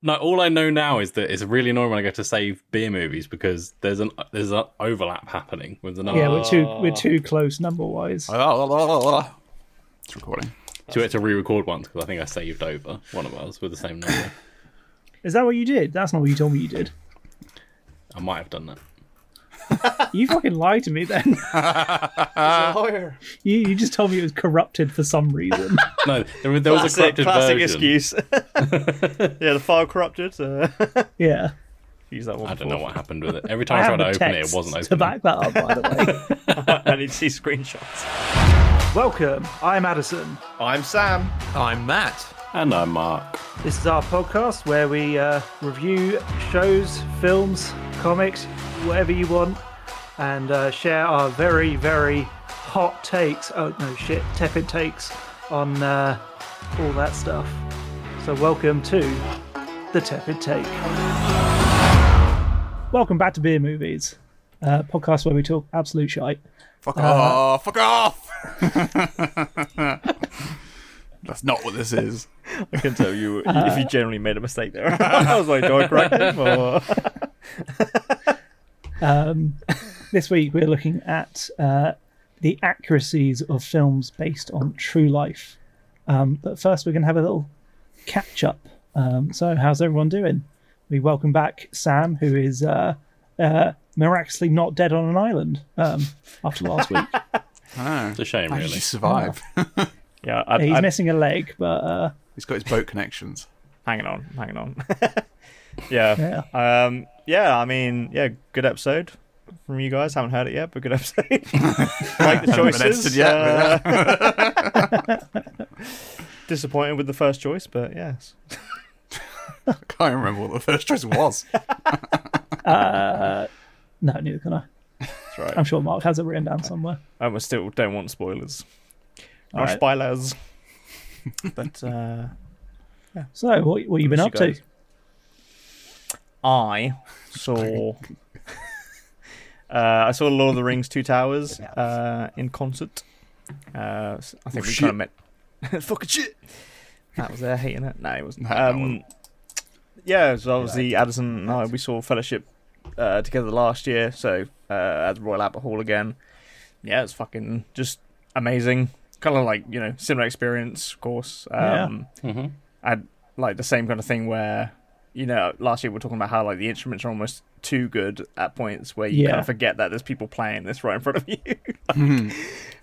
No, all I know now is that it's really annoying when I go to save beer movies because there's an there's an overlap happening with another. Yeah, we're too Oh. we're too close number wise. It's recording. So we had to re-record once because I think I saved over one of ours with the same number. Is that what you did? That's not what you told me you did. I might have done that. You fucking lied to me then. lawyer. You you just told me it was corrupted for some reason. No, there, there was a Classic, corrupted classic version. excuse. yeah, the file corrupted. So Yeah. use that one. I don't before. know what happened with it. Every I time I, have tried to the open it, it text wasn't To open. back that up, by the way. I need to see screenshots. Welcome. I'm Addison. I'm Sam. I'm Matt. And I'm Mark. This is our podcast where we uh, review shows, films, comics, whatever you want, and uh, share our very, very hot takes. Oh, no, shit, tepid takes on uh, all that stuff. So, welcome to The Tepid Take. Welcome back to Beer Movies, uh, podcast where we talk absolute shite. Fuck Uh-huh. off! Fuck off! That's not what this is. I can tell you if you generally made a mistake there. I was like, do I correct him? Or... This week we're looking at uh, the accuracies of films based on true life. Um, but first, we're going to have a little catch up. Um, so, how's everyone doing? We welcome back Sam, who is uh, uh, miraculously not dead on an island um, after last week. It's a shame, How did really. you survive? Yeah, I, He's I'm missing a leg, but uh, He's got his boat connections. hanging on, hanging on. yeah. Yeah. yeah. Um. Yeah. I mean, yeah. Good episode from you guys. Haven't heard it yet, but good episode. like the Haven't been edited choices. yet, uh, disappointed with the first choice, but yes. Can't even remember what the first choice was. no, neither can I. That's right. I'm sure Mark has it written down somewhere. And we still don't want spoilers. No Alright. spoilers. but uh, So, what, what you been Miss you up to? guys. I saw. uh, I saw Lord of the Rings Two Towers uh, in concert. Uh, s- I think Oh, we shit. kind of met. Fucking shit. That was there hating it. No, it wasn't. No, that um, wasn't. yeah, so obviously Addison and I we saw Fellowship uh, together last year, so uh, at the Royal Albert Hall again. Yeah, it's fucking just amazing. Kind of like you know similar experience, of course. Yeah. Um, Mhm. I had like the same kind of thing where you know last year we were talking about how like the instruments are almost too good at points where you kind Yeah. of forget that there's people playing this right in front of you. like, Hmm.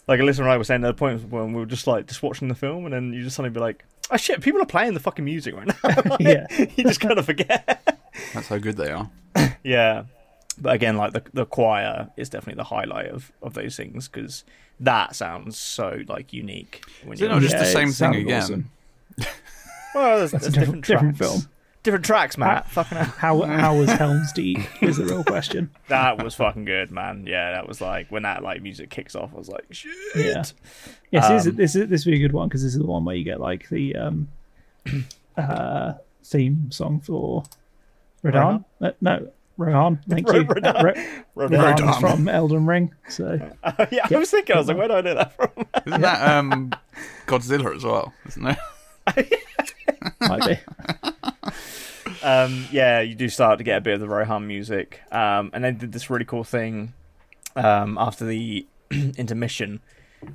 like Alyssa and I were saying there were points when we were just like just watching the film and then you just suddenly be like, oh shit, people are playing the fucking music right now. Yeah. you just kind of forget. That's how good they are. Yeah. But again, like the the choir is definitely the highlight of, of those things because that sounds so like unique. When Is it not just Yeah, the it same thing sounded again? awesome. well, there's, there's different- different, different tracks. film. Different tracks, Matt. Fucking How hell. how was Helm's Deep? Is the real question. That was fucking good, man. Yeah, that was like when that like music kicks off, I was like, shit. Yeah. Yes, this, Um, is, this is this would be a good one because this is the one where you get like the um, uh, theme song for Rodan. Uh, no, Rohan. Thank you. Rodan. Uh, Ro- Rohan Rodan. is from Elden Ring. So yeah, I was thinking, I was like, where do I know that from? Isn't that um, Godzilla as well? Isn't it? might be. um, yeah, you do start to get a bit of the Rohan music, um, and they did this really cool thing um, after the intermission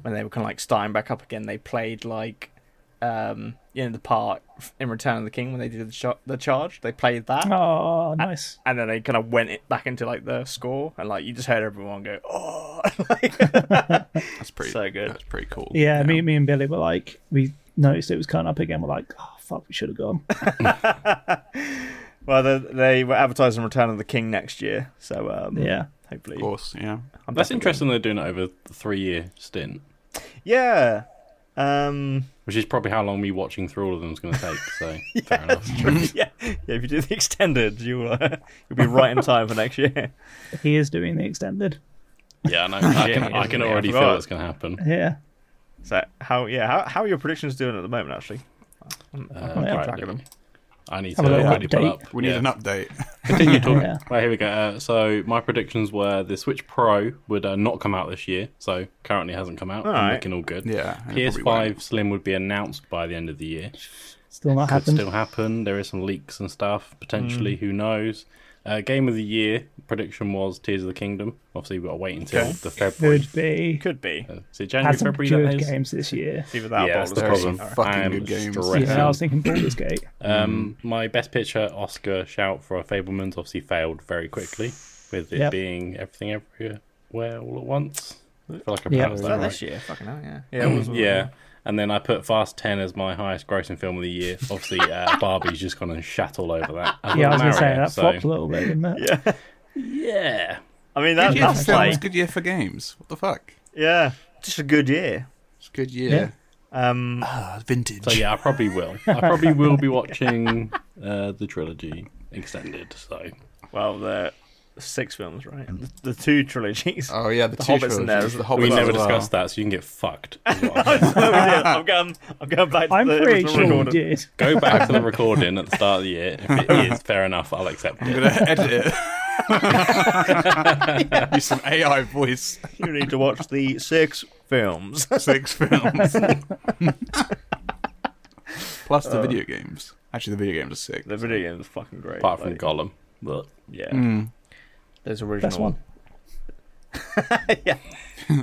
when they were kind of like starting back up again. They played like um, you know the part in Return of the King when they did the, sh- the charge. They played that. Oh, nice. and then they kind of went it back into like the score, and like you just heard everyone go, "Oh!" That's pretty. So good. That's pretty cool. Yeah, me me and Billy were like we noticed it was coming up again. We're like, oh fuck, we should have gone. well, they, they were advertising Return of the King next year, so um, Yeah. hopefully. Of course. Yeah. I'm That's definitely interesting they're doing it over a three year stint, going. Yeah, um, which is probably how long me watching through all of them is going to take. So, fair enough. yeah, yeah. If you do the extended, you'll uh, you'll be right in time for next year. He is doing the extended. Yeah, I know. I can, Shit, I can yeah, I already feel forgot. that's going to happen. Yeah. So how yeah how how are your predictions doing at the moment? Actually, Oh, Uh, Yeah. right, track of them. I need to Have a little already pull update. up. We need yeah. an update. Continue talking. Yeah. Right, here we go. Uh, so my predictions were the Switch Pro would uh, not come out this year, so currently hasn't come out. I'm Alright. looking all good. Yeah, and it probably PS5 Slim would be announced by the end of the year. Still not Could happened. still happen. There is some leaks and stuff potentially. Mm. Who knows? Uh, game of the year prediction was Tears of the Kingdom. Obviously, we've got to wait until Okay. the February. Could be. Could be. Uh, is it January, Had some February? good that is? games this year. Either that Yeah, or that's Baldur's the Gate. problem. Alright. Fucking I am good games. stressed. Yeah, I was thinking Baldur's Gate. Um, Mm-hmm. my best picture Oscar shout for a Fableman's obviously failed very quickly, with it Yep. being everything everywhere all at once. I feel like I Yeah. pronounced Was that that right. this year? Fucking hell, yeah. Yeah, it was, wasn't it? Yeah. And then I put Fast 10 as my highest grossing film of the year. Obviously, uh, Barbie's just gone and shat all over that. as Yeah, I well was as going to say Mario, that flopped a little bit, didn't it? Yeah. Yeah. I mean, that, Good year for that's films, like, good year for games. What the fuck? yeah, just a good year. It's a good year. Yeah. Um, Ah, vintage. So, yeah, I probably will. I probably will be watching uh, the trilogy extended. So, well, the six films, right? Mm. The, the two trilogies. Oh yeah, the, The two Hobbit's in there, trilogies, isn't The it? Hobbit we never as well. discussed that, so you can get fucked. is what I'm saying. I'm going. I'm going back. To I'm the pretty original sure we recording. did. Go back to the recording at the start of the year. If it is, fair enough, I'll accept I'm it. gonna edit it. Use some AI voice. You need to watch the six films. Six films. Plus the video games. Actually, the video games are sick. the video game is fucking great. Apart from like, Gollum. But yeah, Mm. there's original Best one. yeah,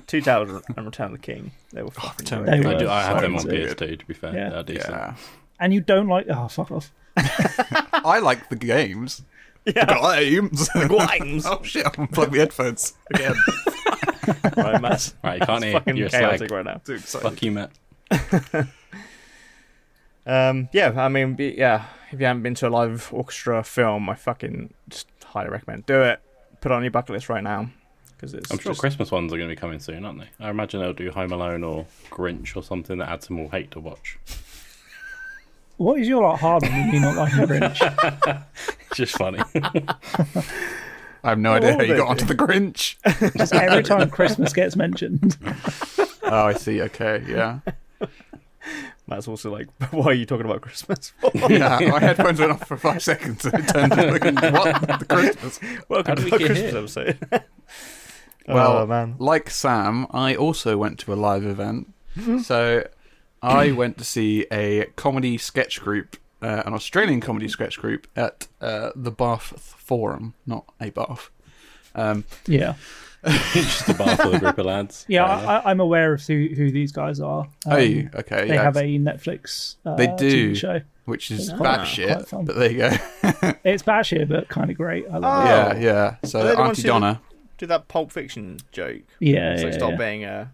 Two Towers and Return of the King. They were fucking Return of great. They I, were do, I have so them on good. PS2, to be fair. Yeah. They're decent. Yeah, And you don't like. Oh, fuck off. I like the games. Yeah. The games. Grimes. oh shit! I'm unplugging the headphones again. Right, Matt. Right, you can't It's hear. fucking You're a chaotic slag. right now. Too excited. Fuck you, Matt. Um, yeah, I mean, be- yeah. If you haven't been to a live orchestra film, I fucking just highly recommend do it. Put it on your bucket list right now because it's. I'm sure just- Christmas ones are going to be coming soon, aren't they? I imagine they'll do Home Alone or Grinch or something that adds some more hate to watch. What is your like, hard on you not liking Grinch? Just funny. I have no What idea how were you they got onto the Grinch. Just every time Christmas gets mentioned. oh, I see. Okay, yeah. Matt's also like, why are you talking about Christmas? Yeah, my headphones went off for five seconds and it turned to fucking, what? The Christmas. Welcome How to did the we get Christmas here? episode. Well, Oh, man. like Sam, I also went to a live event. Mm-hmm. so I went to see a comedy sketch group, uh, an Australian comedy sketch group at uh, the Bath Forum, not a Bath. Um, Yeah. Just a bar for the group of lads. Yeah, Fair enough. I, I, I'm aware of who, who these guys are. Um, oh, you- okay. They yeah, have a Netflix uh, They do. TV show. which is Ah, batshit, quite fun. but there you go. It's batshit, but kind of great. I love Oh. it. Yeah, yeah. So Are they the ones Auntie who- Donna. Do that Pulp Fiction joke. Yeah, It's yeah, like, stop yeah. being a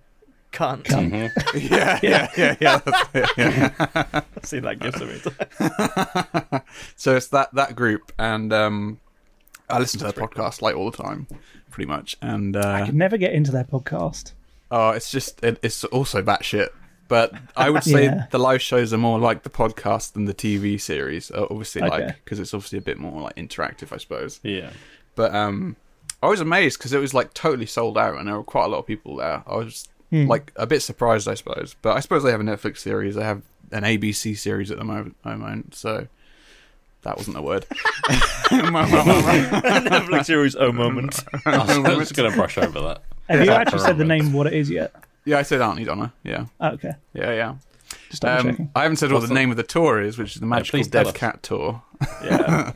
cunt. Mhm. yeah, yeah, yeah, yeah. that's it, yeah. See that gives them it. So it's that that group, and um, I listen to their podcast like all the time, pretty much. And I uh, could never get into their podcast. oh, it's just it, it's also batshit. But I would say Yeah. the live shows are more like the podcast than the TV series, uh, obviously, like 'cause Okay. because it's obviously a bit more like interactive, I suppose. Yeah. But um, I was amazed because it was like totally sold out, and there were quite a lot of people there. I was Hmm. like a bit surprised, I suppose. But I suppose they have a Netflix series. They have an ABC series at the moment, moment so that wasn't the word. Netflix series, oh moment. I'm just going to brush over that. Have you Yeah. actually said the name of what it is yet? yeah, I said Auntie Donna. Yeah, Okay, yeah, yeah. just double Um, checking. I haven't said what What's the the- name of the tour is, which is the Magical please tell Dead us. Cat Tour. Yeah.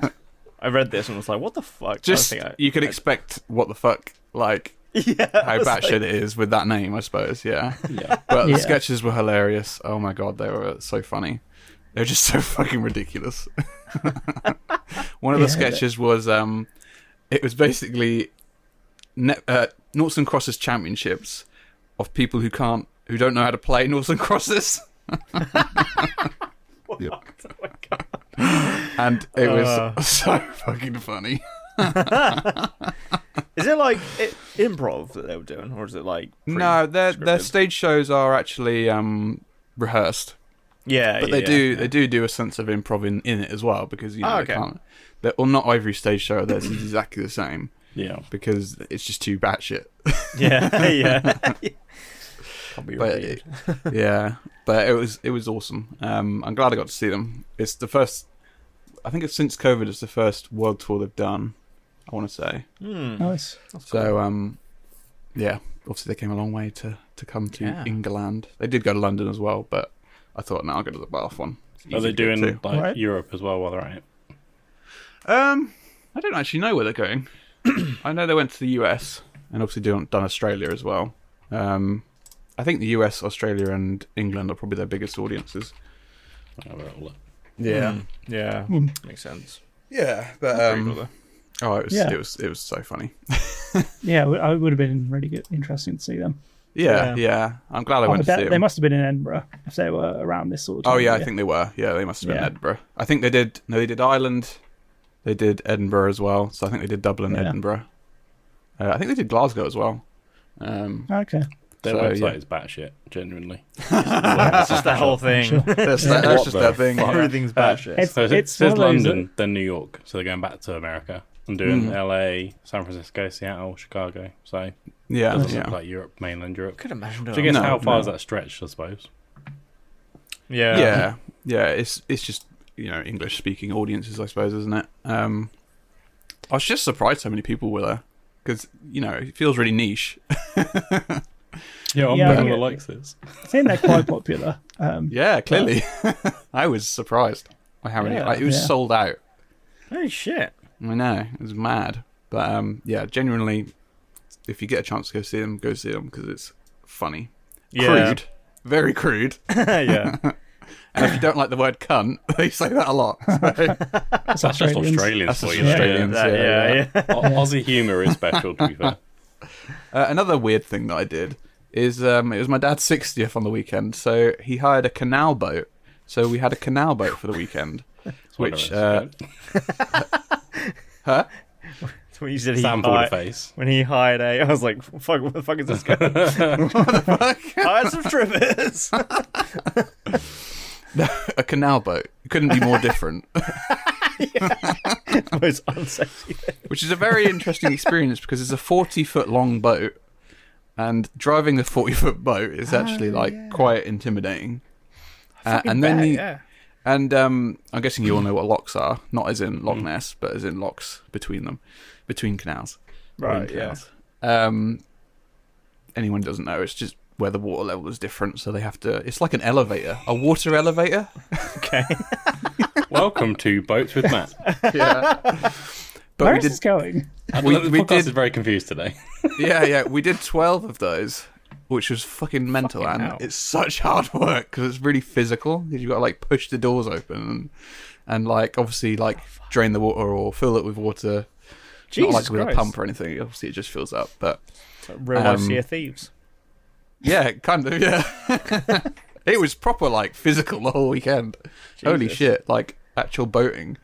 I read this and was like, what the fuck? I Just think I- you could expect what the fuck, like yeah. how batshit it is with that name, I suppose. Yeah. Yeah. But Yeah. the sketches were hilarious. Oh my god, they were so funny. They were just so fucking ridiculous. One of the Yeah. sketches was um, it was basically ne- uh, noughts and crosses championships of people who can't who don't know how to play noughts and crosses, Oh my God. and it was Uh. so fucking funny. Is it like i improv that they were doing, or is it like pre- no, their their scripted? stage shows are actually um, rehearsed. yeah, but yeah, they do yeah. they do do a sense of improv in, in it as well because you know Oh, they okay. can't. They're, well, not every stage show of theirs is exactly the same Yeah. because it's just too batshit. yeah, yeah. Can't be But repeated. yeah, but it was it was awesome. Um, I'm glad I got to see them. It's the first, I think it's since COVID, it's the first world tour they've done. I want to say Hmm. Nice. so. Um, yeah, obviously they came a long way to to come to Yeah. England. They did go to London as well, but I thought no, I'll go to the Bath one. It's Are easy they to get doing to. like Right. Europe as well while they're at it? Um, I don't actually know where they're going. I know they went to the US and obviously done, done Australia as well. Um, I think the US, Australia, and England are probably their biggest audiences. Oh, we're all- Yeah, Yeah, Hmm. makes sense. yeah, but um, oh, it was Yeah. it was it was so funny. Yeah, w- I would have been really good, interesting to see them. Yeah, yeah, Yeah. I'm glad I I went to bet see Oh, they them. must have been in Edinburgh if they were around this sort of time. Oh yeah, I think they were. Yeah, they must have been Yeah. Edinburgh. I think they did. No, they did Ireland. They did Edinburgh as well. So I think they did Dublin, Yeah. Edinburgh. Uh, I think they did Glasgow as well. Um, Okay. Their So, website yeah. is batshit, genuinely. It's just that whole thing. Sure. that's that, What that's just the their thing. fuck? Everything's batshit. It's- So it it's says one of those that- London, then New York. So they're going back to America and doing Mm. LA, San Francisco, Seattle, Chicago. So it Yeah, doesn't yeah. look like Europe, mainland Europe. could imagine. So I guess No, how far no. is that stretched, I suppose? yeah. yeah yeah it's it's just you know english speaking audiences i suppose isn't it um i was just surprised how many people were there because you know it feels really niche Yeah, I'm Yeah, yeah, yeah. the likes this. I think they're quite popular. Um, yeah clearly i was surprised by how many Yeah, like, it was yeah. sold out Holy shit. i know it was mad but um yeah genuinely if you get a chance to go see them go see them because it's funny Yeah. crude very crude yeah. and if you don't like the word cunt they say that a lot so- that's That's just Australians. Australians That's for just you. though, Australians. yeah. That- yeah, yeah, yeah. yeah. Au- Aussie humour is special, to be fair. Uh, another weird thing that I did is um, it was my dad's 60th on the weekend, so he hired a canal boat. So we had a canal boat for the weekend. It's one of Which, us, uh, yeah. That's When you said he Sam Porterface. uh, hired, when he hired a, I was like, "Fuck, what the fuck is this guy?" what the fuck? Hired some strippers. a canal boat It couldn't be more different, Most unsexy thing. which is a very interesting experience because it's a 40 foot long boat, and driving a 40 foot boat is actually like quite intimidating. Uh, and then you, yeah. And um, I'm guessing you all know what locks are, not as in Loch Ness, but as in locks between them, between canals. Right, Between yeah. canals. Um, anyone who doesn't know, it's just where the water level is different, so they have to. It's like an elevator, a water elevator. Okay. Welcome to Boats with Matt. yeah. But Where we is did, this going? I We- we, the we podcast did- is very confused today. yeah, yeah, we did twelve of those, which was fucking mental, Fucking and hell. it's such hard work because it's really physical. Because you've got to like push the doors open and, and like obviously like drain the water or fill it with water Jesus not like with Christ. a pump or anything. Obviously, it just fills up. But Real life Um, Sea of Thieves. yeah, kind of. Yeah, it was proper like physical the whole weekend. Holy Jesus. shit! Like actual boating.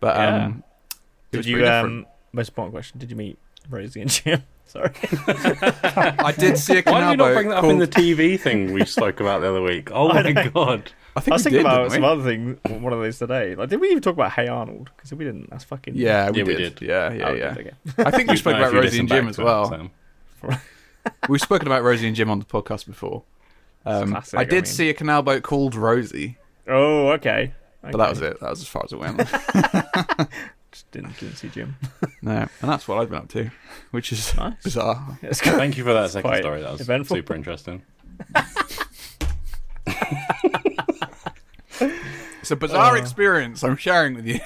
But um, it Did was you? pretty different. Um, most important question: Did you meet Rosie and Jim? Sorry. um, I did see a Why canal did we boat not bring that up called... in the TV thing we spoke about the other week? Oh my god. I I think was we thinking did, about didn't some we? other thing, one of those today. Like, did we even talk about Hey Arnold? Because if we didn't, that's fucking Yeah, we, Yeah, we did. did. Yeah, Oh, yeah, we yeah. did, okay. I think we spoke Now, if about you Rosie listen and Jim back as to it, well. Sam. We've spoken about Rosie and Jim on the podcast before. Um, classic, I I did mean. see a canal boat called Rosie, Oh, okay. but that was it. That was as far as it went. Just didn't, didn't see Jim. no, and that's what I've been up to, which is Nice. bizarre. It's good. Thank you for that second quite story. That was eventful. super interesting. It's a bizarre experience I'm sharing with you.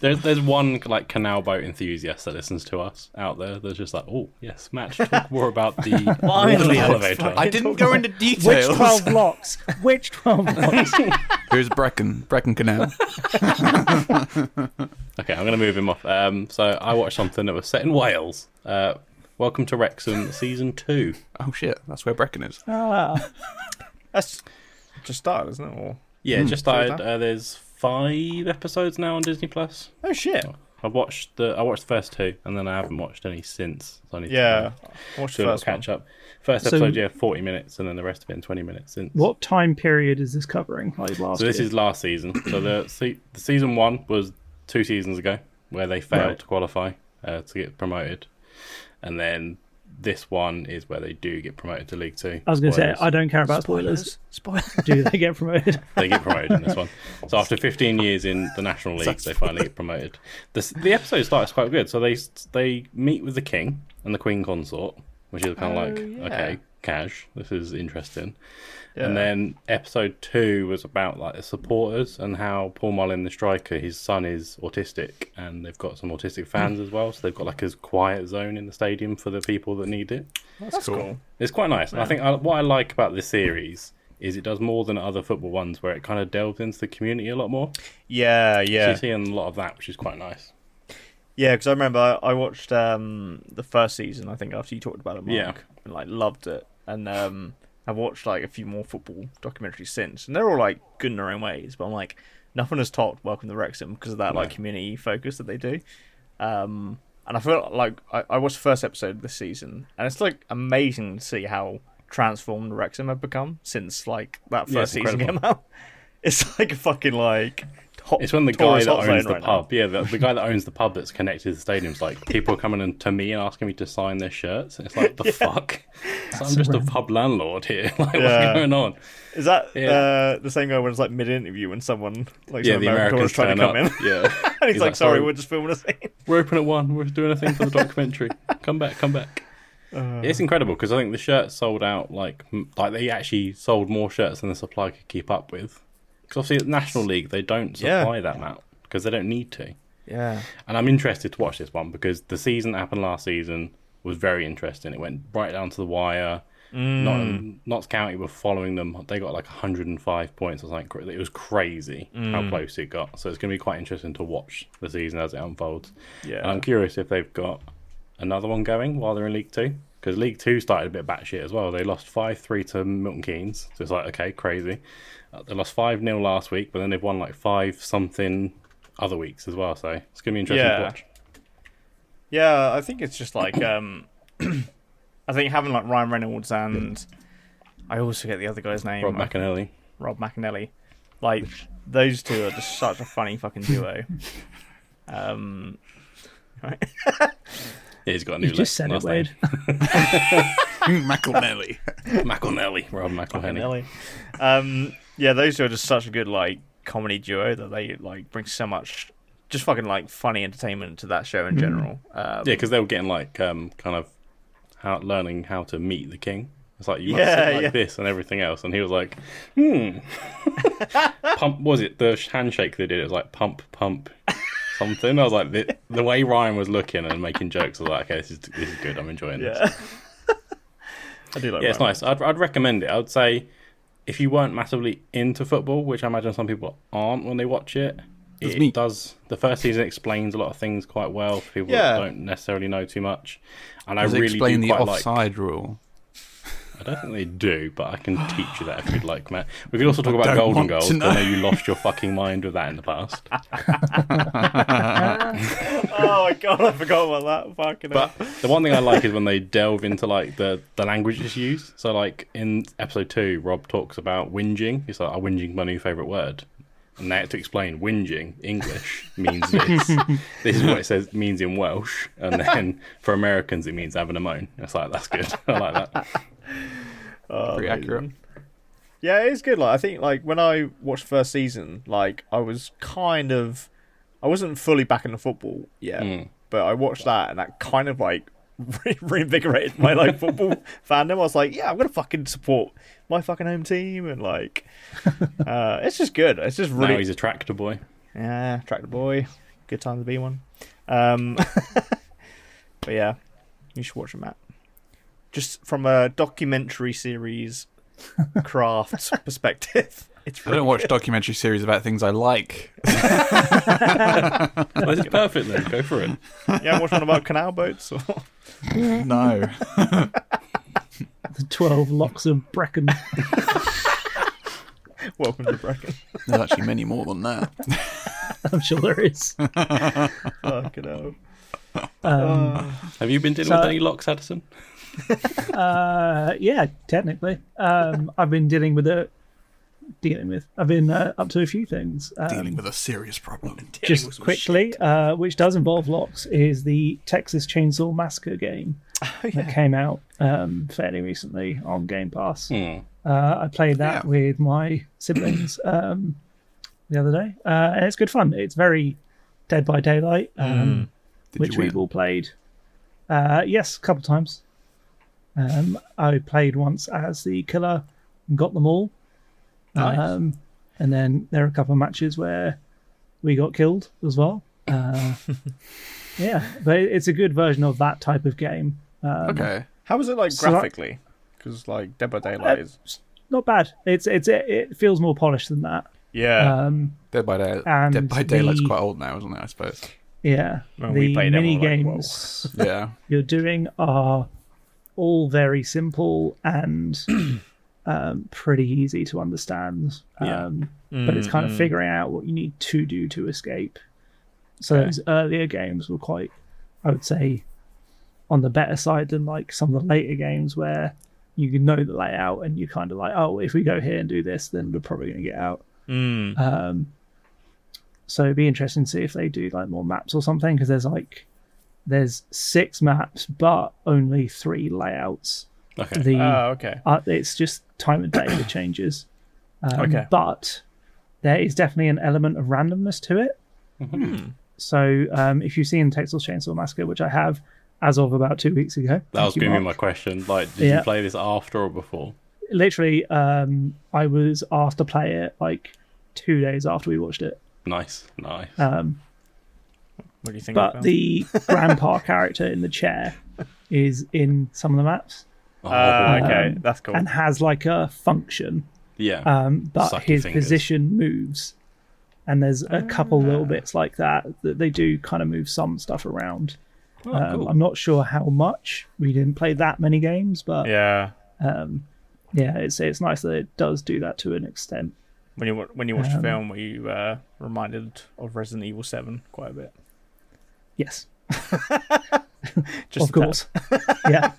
There's there's one like canal boat enthusiast that listens to us out there. That's just like, oh yes, Matt, talk more about the, the Finally, elevator. I didn't go into Which details. 12 blocks? Which 12 blocks? Here's Brecon, Brecon Canal. Okay, I'm gonna move him off. Um, so I watched something that was set in Wales. Uh, Welcome to Wrexham, season two. oh shit, that's where Brecon is. ah, That's just started, isn't it? Or... Yeah, it just started. that. Uh, there's five episodes now on Disney Plus. Oh shit! I watched the I watched the first two, and then I haven't watched any since. So I need Yeah, I watched to the do a little first one. catch up. First So- episode, yeah, 40 minutes, and then the rest of it in 20 minutes since. what time period is this covering? Like last So this year? is last season. So the, se- the season one was two seasons ago, where they failed Right. to qualify uh, to get promoted, and then this one is where they do get promoted to League Two. I was going to say, Spoilers. I don't care about spoilers. Spoilers. Do they get promoted? they get promoted in this one. So after 15 years in the National League, they finally get promoted. The, s- the episode starts quite good. So they s- they meet with the king and the queen consort, which is kind of like yeah. okay, cash. This is interesting. And Yeah. then episode two was about like the supporters and how Paul Mullin, the striker, his son is autistic, and they've got some autistic fans as well. So they've got like a quiet zone in the stadium for the people that need it. That's, cool. It's quite nice. And I think I, what I like about this series is it does more than other football ones, where it kind of delves into the community a lot more. Yeah, So yeah, you're seeing a lot of that, which is quite nice. yeah. Because I remember I, I watched um, the first season. I think after you talked about it, Mark, Yeah. and like loved it. And um, I've watched like a few more football documentaries since, and they're all like good in their own ways. But I'm like, nothing has topped Welcome to Wrexham because of that like No. community focus that they do. Um, and I feel like I, I watched the first episode this season, and it's like amazing to see how transformed Wrexham have become since like that Yeah, first it's season came incredible. out. It's like fucking like hot. It's when the guy Taurus that hot zone owns the right now. pub, yeah, the, the guy that owns the pub that's connected to the stadium's like people are coming in to me and asking me to sign their shirts, and it's like the fuck. So I'm just a pub landlord here. Like Yeah. what's going on? Is that Yeah. uh, the same guy when it's like mid interview when someone like yeah, some the American Americans was trying to come turn in up. and Yeah, he's, He's like, like, "Sorry, sorry. we're just filming a scene." we're open at one. We're doing a thing for the documentary. come back, come back. Uh. it's incredible because I think the shirts sold out like m- like they actually sold more shirts than the supply could keep up with. Because obviously, at the National League, they don't Yeah. supply that amount because they don't need to. Yeah, And I'm interested to watch this one because the season that happened last season was very interesting. It went right down to the wire. Not, Notts County were following them. They got like 105 points or something. It was crazy how close it got. So it's going to be quite interesting to watch the season as it unfolds. yeah. And I'm curious if they've got another one going while they're in League Two. Because League Two started a bit batshit as well. They lost 5 3 to Milton Keynes. So it's like, okay, crazy. Uh, They lost 5 0 last week, but then they've won like 5 something other weeks as well. So it's going to be interesting Yeah. to watch. Yeah, I think it's just like um, I think having like Ryan Reynolds and I always forget the other guy's name, Rob McAnally. Rob McAnally. Like those two are just such a funny fucking duo. Um, Yeah, he's got a new You just la- said it, last Wade. McElnally. name. McAnally. Rob McAnally. Nelly. Um, yeah, those two are just such a good like comedy duo that they like bring so much just fucking like funny entertainment to that show in general. Um, Mm. Yeah, because they were getting like um, kind of how, learning how to meet the king. It's like you must Yeah, sit like yeah. this and everything else, and he was like, "Hmm." pump what was it the handshake they did? It was like pump, pump, something. I was like, the, the way Ryan was looking and making jokes, I was like, "Okay, this is this is good. I'm enjoying this." yeah. I do like. Yeah, it's Ryan. nice. I'd, I'd recommend it. I would say if you weren't massively into football, which I imagine some people aren't when they watch it, That's it me. does. The first season explains a lot of things quite well for people Yeah. that don't necessarily know too much. And I Does it really explain do the quite like. offside rule? I don't think they do, but I can teach you that if you'd like, Matt. We could also talk about don't golden want to goals. 'cause I know. know you lost your fucking mind with that in the past. Oh my god, I forgot about that. Fucking. But hell. the one thing I like is when they delve into like the the language that's used. So like in episode two, Rob talks about whinging. He's like, "I whinging's my new favorite word." And they had to explain whinging English means this. this is what it says means in Welsh, and then for Americans it means having a moan. It's like that's good. I like that. Oh, Pretty amazing. accurate. Yeah, it is good. Like I think like when I watched first season, like I was kind of I wasn't fully back in the football yet, Hmm. but I watched that and that kind of like re- reinvigorated my like football fandom. I was like, yeah, I'm gonna fucking support my fucking home team and like uh, it's just good. It's just Now really he's a tractor boy. yeah, track the boy. Good time to be one. Um, but yeah, you should watch it, Matt. Just from a documentary series craft perspective, it's I don't really watch documentary series about things I like. Well, Oh, this is perfect then. Go for it. yeah. Watch one about canal boats. Or... No. The 12 locks of Brecon. Welcome to Bracken. There's actually many more than that. I'm sure there is. Uh, Fucking hell. Have you been dealing So- with any locks, Addison? Uh, yeah, technically. Um, I've been dealing with a. Dealing with. I've been uh, up to a few things. Um, Dealing with a serious problem. just quickly, uh, which does involve locks, is the Texas Chainsaw Massacre game that came out um, fairly recently on Game Pass. Hmm. Uh, I played that Yeah. with my siblings um, the other day, uh, and it's good fun. It's very Dead by Daylight, um, Did which you win? we've all played. Uh, yes, a couple times. Um, I played once as the killer and got them all. Nice. Um, and then there are a couple of matches where we got killed as well. Uh, yeah, but it- it's a good version of that type of game. Um, Okay. How was it like So that- Uh, graphically? Because like Dead by Daylight is Not bad. It's it's it, it feels more polished than that. yeah. Um, Dead by Day. And Dead by Daylight's the- quite old now, isn't it? I suppose. yeah, When the we played it, we mini were like, "Whoa." games Yeah. you're doing are all very simple and um, pretty easy to understand. Yeah. Mm-hmm. Um, But it's kind of figuring out what you need to do to escape. So those earlier games were quite, I would say, on the better side than like some of the later games where you know the layout and you're kind of like, oh, if we go here and do this, then we're probably going to get out. Mm. Um, so it'd be interesting to see if they do like more maps or something because there's like there's six maps but only three layouts. Okay. The Oh, okay. uh, it's just time of day that changes. Um, Okay. But there is definitely an element of randomness to it. Mm-hmm. Hmm. So um, if you've seen Texas Chainsaw Massacre, which I have as of about two weeks ago, That was thank you, going to be my Mark. question. Like, did Yeah. you play this after or before? literally um, I was asked to play it like two days after we watched it. Nice, nice. Um, What do you think? but about the grandpa character in the chair is in some of the maps Oh, Uh, okay, that's cool. um, and has like a function yeah. um but Sucky his fingers. position moves and there's a couple Ah. little bits like that that they do kind of move some stuff around Oh, um, cool. i'm not sure how much we didn't play that many games but yeah, Yeah. um, yeah it's it's nice that it does do that to an extent When you wa- when you watched Um, the film, were you uh, reminded of Resident Evil Seven quite a bit? yes Just of that- course yeah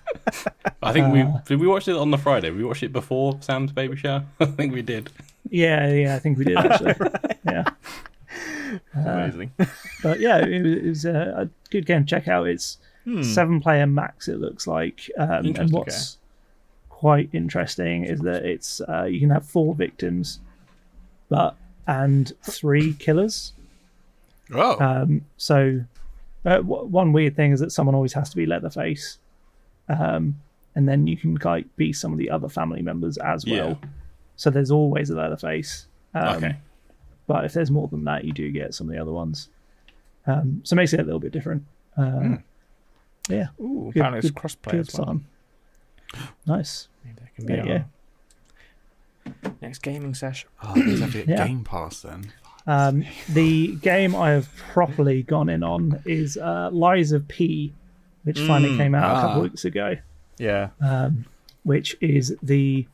I think we uh, did. We watched it on the Friday. We watched it before Sam's baby shower. I think we did. yeah yeah i think we did actually yeah uh, amazing. but yeah, it was, it was uh, a, a good game to check out. It's seven player max, it looks like. Um, and Interesting, what's quite interesting is that it's uh, you can have four victims, but and three killers. Oh. Um, so uh, w- one weird thing is that someone always has to be Leatherface, um, and then you can like be some of the other family members as well. Yeah. So there's always a Leatherface. Um, okay. but if there's more than that, you do get some of the other ones. Um, so it makes it a little bit different. Uh, Yeah, Ooh, good- apparently it's good- crossplay good as well. fun. Nice. Maybe that can be There you go. our next gaming session. Oh, there's have to get Yeah. Game Pass then. Um, the game I have properly gone in on is uh, Lies of P, which finally came out a couple ah. weeks ago, Yeah. Uh, which is the Boat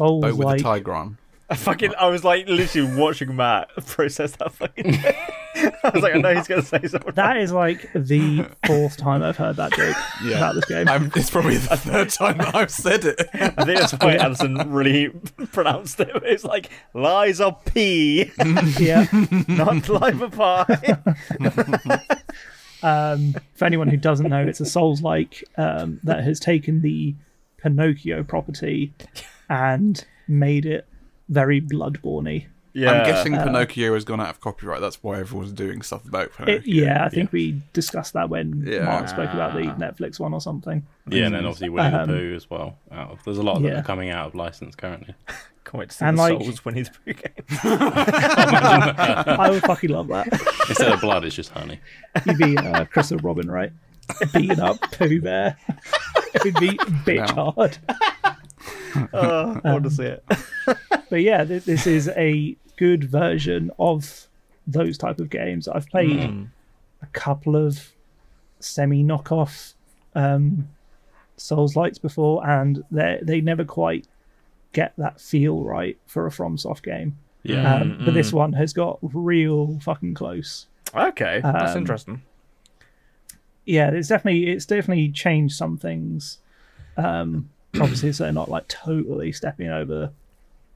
Oh, with a Souls-like tiger on. I fucking, I was like literally watching Matt process that fucking. Thing. I was like, I know he's gonna say something. That is like the fourth time I've heard that joke Yeah. about this game. I'm, it's probably the third time that I've said it. I think that's why Anderson really pronounced it. It's like lies are pee, yeah. not live of pie. Um, for anyone who doesn't know, it's a Souls like um, that has taken the Pinocchio property and made it very bloodborne Yeah, I'm guessing Pinocchio has gone out of copyright. That's why everyone's doing stuff about Pinocchio. Uh, It, yeah, I think we discussed that when Yeah. Mark spoke about the Netflix one or something. Yeah, and then obviously Winnie Um, the Pooh as well. Out of, there's a lot of them yeah. that are coming out of license currently. Can't wait to see And, the like- Souls Winnie the Pooh game. I would fucking love that. Instead of blood, it's just honey. You'd be uh, Chris and Robin, right? Beating up Pooh Bear. It would be bitch No. hard. Oh, I um, want to see it. But yeah, th- this is a good version of those type of games. I've played a couple of semi knockoff um, Souls lights before, and they they never quite get that feel right for a FromSoft game. Yeah. Um, But this one has got real fucking close. Okay, that's Um, interesting. Yeah, it's definitely it's definitely changed some things. Um, obviously, so they're not like totally stepping over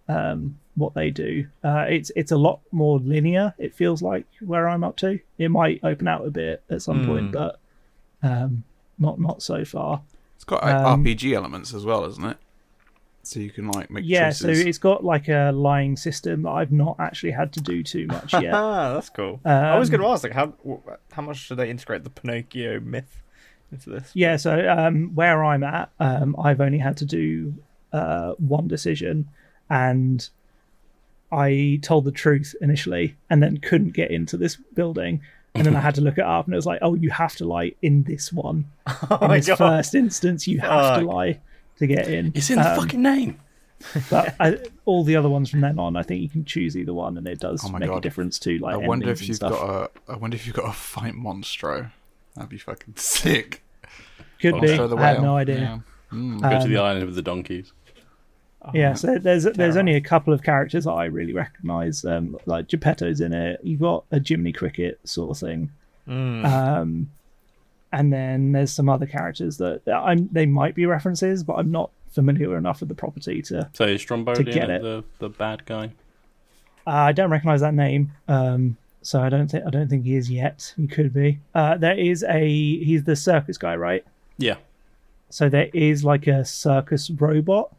um, what they do. Uh, it's it's a lot more linear. It feels like where I'm up to. It might open out a bit at some point, but um, not not so far. It's got like, Um, RPG elements as well, isn't it? So you can like make Yeah, so choices. it's got like a lying system that I've not actually had to do too much yet. Ah, that's cool. I was Um, going to ask, like, how w- how much should they integrate the Pinocchio myth into this? yeah, so um, where I'm at, um, I've only had to do uh, one decision, and I told the truth initially, and then couldn't get into this building, and then I had to look it up, and it was like, oh, you have to lie in this one. in Oh my this God. first instance, you have to Fuck. lie to get in. It's in the Um, fucking name. But I, all the other ones from then on, I think you can choose either one, and it does Oh my make a God. difference to like. I wonder endings if and you've stuff. got a. I wonder if you've got a fight Monstro. That'd be fucking sick. Could be. Monstro the I have whale. no idea. Yeah. Mm. Go to Um, the island with the donkeys. Yeah, so there's there's only a couple of characters that I really recognise. Um, like Geppetto's in it. You've got a Jiminy Cricket sort of thing. Um, and then there's some other characters that that I'm. They might be references, but I'm not familiar enough with the property to. uh, So is Stromboli To in get it, it. The, the bad guy? Uh, I don't recognise that name. Um, so I don't think I don't think he is yet. He could be. Uh, there is a. He's the circus guy, right? Yeah. So there is like a circus robot.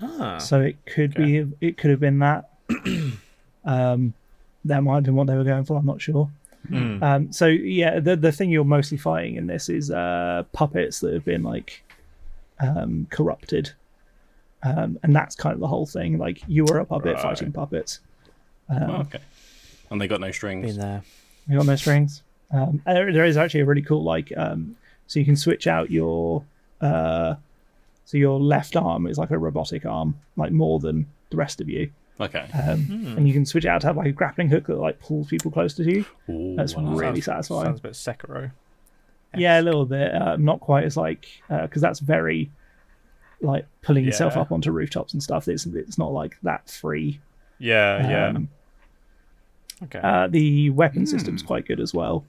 Ah. So it could be it could have been that. um, that might have been what they were going for. I'm not sure. Mm. Um, so yeah, the the thing you're mostly fighting in this is uh, puppets that have been like um, corrupted, um, and that's kind of the whole thing. Like you were a puppet Right. fighting puppets. Um, Oh, okay. And they got no strings. Been there. You got no strings. Um, and there there is actually a really cool like um, so you can switch out your uh, so your left arm is like a robotic arm, like more than the rest of you. Okay. Uh, Hmm. and you can switch it out to have like a grappling hook that like pulls people close to you. Ooh, That's I like really that. satisfying. Sounds a bit Sekiro. Yeah, a little bit. Uh, not quite as like because that's very like pulling yourself Yeah. up onto rooftops and stuff. It's it's not like that free. Yeah, Um, yeah. Okay. uh, the weapon system's quite good as well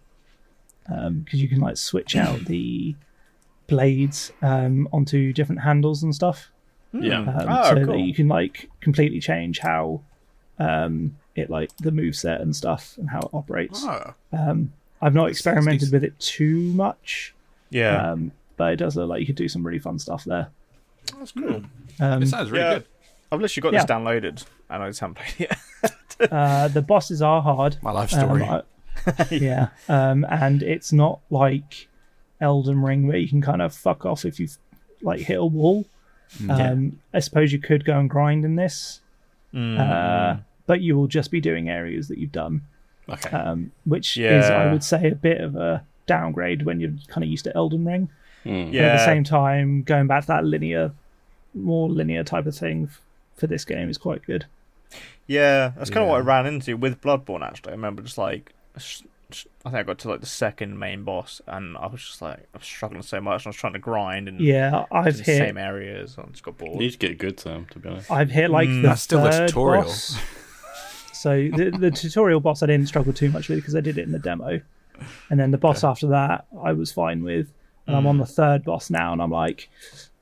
because you can like switch out the blades um, onto different handles and stuff. Yeah. um, Oh, so cool. that you can like completely change how um, it like the move set and stuff and how it operates. Oh, I've not experimented decent. with it too much, yeah. um, but it does look like you could do some really fun stuff there. that's cool. Hmm. Um, it sounds really yeah. good. I've literally got yeah. this downloaded and I just haven't played it yet. Uh, the bosses are hard. My life Um, story. I- yeah, um, and it's not like Elden Ring where you can kind of fuck off if you've like hit a wall. Mm. Um, I suppose you could go and grind in this, Mm. uh, but you will just be doing areas that you've done, Okay. um, which is, I Yeah. would say, a bit of a downgrade when you're kind of used to Elden Ring. yeah. But at the same time, going back to that linear, more linear type of thing f- for this game is quite good. Yeah, that's kind of what I ran into with Bloodborne. Actually, I remember just like, s- s- I think I got to like the second main boss, and I was just like, I was struggling so much, and I was trying to grind and Yeah, in I've Mm. the hit, same areas, and I just got You bored. need to get good, Sam, to be honest. I've hit like the That's still a third tutorial. boss. So the, the tutorial boss I didn't struggle too much with because I did it in the demo, and then the boss after that I was fine with, and Hmm. I'm on the third boss now, and I'm like,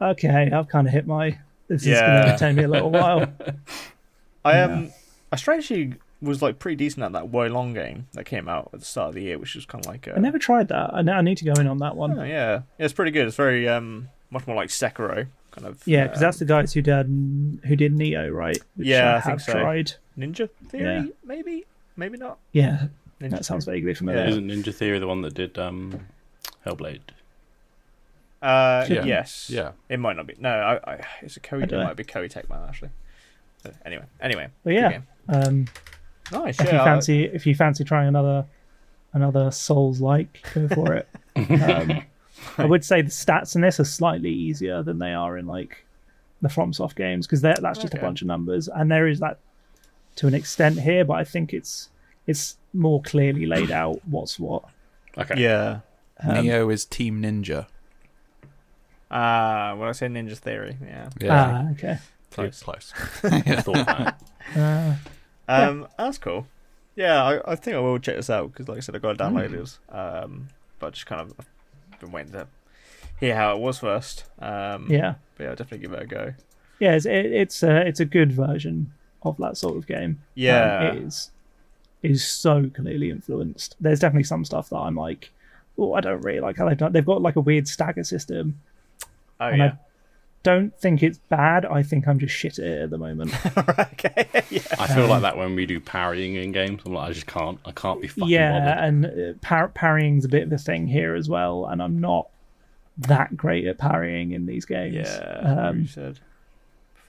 okay, I've kind of hit my. This is Yeah. going to take me a little while. I um, I strangely was like pretty decent at that Wulong game that came out at the start of the year, which was kind of like, I a, never tried that. I, ne- I need to go in on that one. oh, yeah, yeah, it's pretty good. It's very um, much more like Sekiro kind of. Yeah, because um, that's the guys who did who did Neo, right? Which Yeah, I I think have so. tried. Ninja Theory, Yeah. maybe, maybe not. Yeah, Ninja that sounds Theory. vaguely familiar. Yeah. Isn't Ninja Theory the one that did um, Hellblade? Uh, Yeah. yes. Yeah. It might not be. No, I, I it's a Koei. I It don't know. might be Koei Tecmo actually. But anyway, anyway. But good yeah, game. um, Nice. if yeah, you I- fancy if you fancy trying another another Souls like, go for it. um, I would say the stats in this are slightly easier than they are in like the FromSoft games because that's just a Okay. bunch of numbers, and there is that to an extent here, but I think it's it's more clearly laid out what's what. Okay. yeah. um, Neo is Team Ninja. Ah, well, I say Ninja Theory. Yeah. Yeah, Ah, okay. close, close. I thought that. Uh, Um, that's cool. Yeah, I, I think I will check this out because, like I said, I got it Mm. downloaded. Um, but just kind of I've been waiting to hear how it was first. Um, yeah. But yeah, I'll definitely give it a go. Yeah, it's it, it's a it's a good version of that sort of game. Yeah. um, it is is so clearly influenced. There's definitely some stuff that I'm like, oh, I don't really like how they've done. They've got like a weird stagger system, Oh and yeah. I don't think it's bad. I think I'm just shit at it at the moment. okay. yeah. I feel like that when we do parrying in games. I'm like, I just can't. I can't be fucking yeah, bothered. and uh, par- parrying's a bit of a thing here as well, and I'm not that great at parrying in these games. Yeah. you Um, said.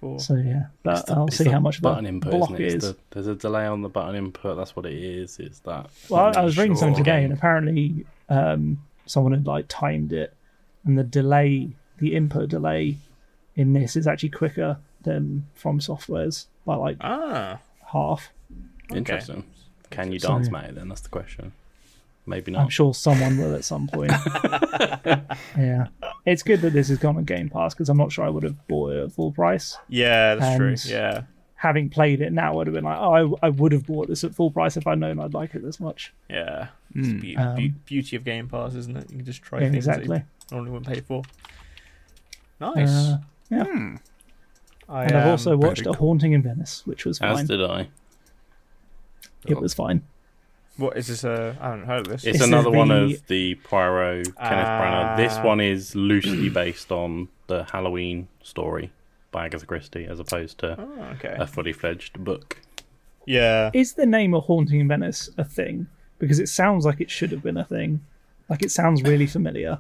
for. So yeah, but It's the- I'll it's see the how much of a button input block isn't it it? is. It's the- there's a delay on the button input. That's what it is. It's that. Well, I, I was reading something Sure. today, and apparently um, someone had like timed it, and the delay, the input delay in this is actually quicker than from softwares by like Ah, half. Interesting. Can you So- dance, mate? Then that's the question. Maybe I'm not. sure someone will at some point. yeah, it's good that this has gone on Game Pass because I'm not sure I would have bought it at full price. yeah, that's true. And- Yeah, Having played it now, I would have been like, oh, I, I would have bought this at full price if I'd known I'd like it this much. yeah. It's Hmm. the be- Um, be- beauty of Game Pass, isn't it? You can just try Yeah, things that exactly. you normally wouldn't pay for. Nice. Uh, I, and I've um, also watched pretty A Haunting in Venice, which was As fine. did I. It was fine. What is this? Uh, I haven't heard of this. It's This is another one the- of the Poirot Kenneth Branagh. This Ah. one is loosely based on the Halloween story by Agatha Christie, as opposed to Oh, okay. a fully fledged book. yeah. Is the name A Haunting in Venice a thing? Because it sounds like it should have been a thing. Like it sounds really familiar.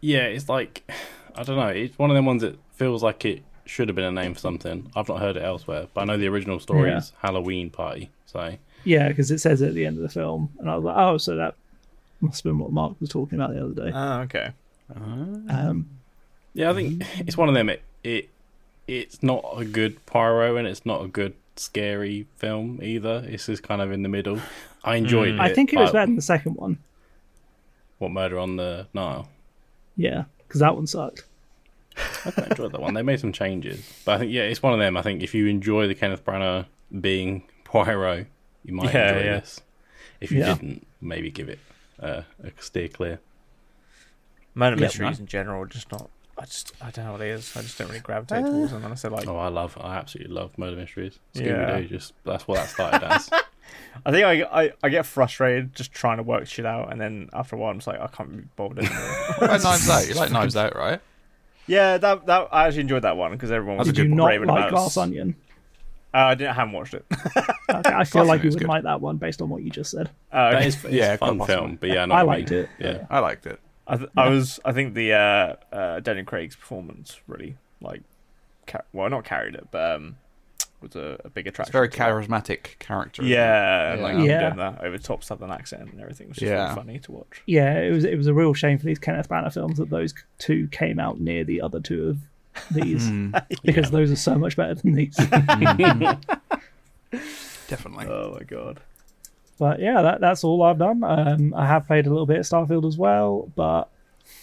Yeah, it's like I don't know. It's one of them ones that feels like it should have been a name for something. I've not heard it elsewhere, but I know the original story Yeah. is Halloween Party. So Yeah, because it says it at the end of the film, and I was like, oh, so that must have been what Mark was talking about the other day. Ah, okay. Um, yeah, I think it's one of them. It, it it's not a good Poirot, and it's not a good scary film either. It's just kind of in the middle. I enjoyed it. I think it was but- better than the second one. What murder on the Nile? Yeah, because that one sucked. I enjoyed that one. They made some changes, but I think yeah, it's one of them. I think if you enjoy the Kenneth Branagh being Poirot, you might Yeah, enjoy yeah. this. If you Yeah. didn't, maybe give it uh, a steer clear. Murder Yeah. mysteries in general, are just not. I just I don't know what it is. I just don't really gravitate Uh, towards them unless they're like. Oh, I love, I absolutely love murder mysteries. Scooby Yeah. Doo, just that's what that started as. I think I, I I get frustrated just trying to work shit out, and then after a while, I'm just like I can't be bothered anymore. Like Knives Out. You like Knives Out, right? yeah, that that I actually enjoyed that one because everyone was That's a Did you raving not like about Glass it. Uh, Onion? I didn't I haven't watched it. Okay, I feel Glass like Onion you is wouldn't good. like that one based on what you just said. Uh, That is it's Yeah, a fun quite film, but yeah, I, know I what you liked mean. it. Yeah, I liked it. I, th- I was I think the uh, uh, Daniel Craig's performance really like ca- well not carried it but um, was a, a big It's attraction. a very to it. charismatic character. isn't it? Yeah, Yeah. like him Yeah. doing that over top southern accent and everything, which is Yeah. really funny to watch. Yeah, it was it was a real shame for these Kenneth Branagh films that those two came out near the other two of these because those are so much better than these. Definitely. Oh my god. but yeah, that, that's all I've done. Um, I have played a little bit of Starfield as well, but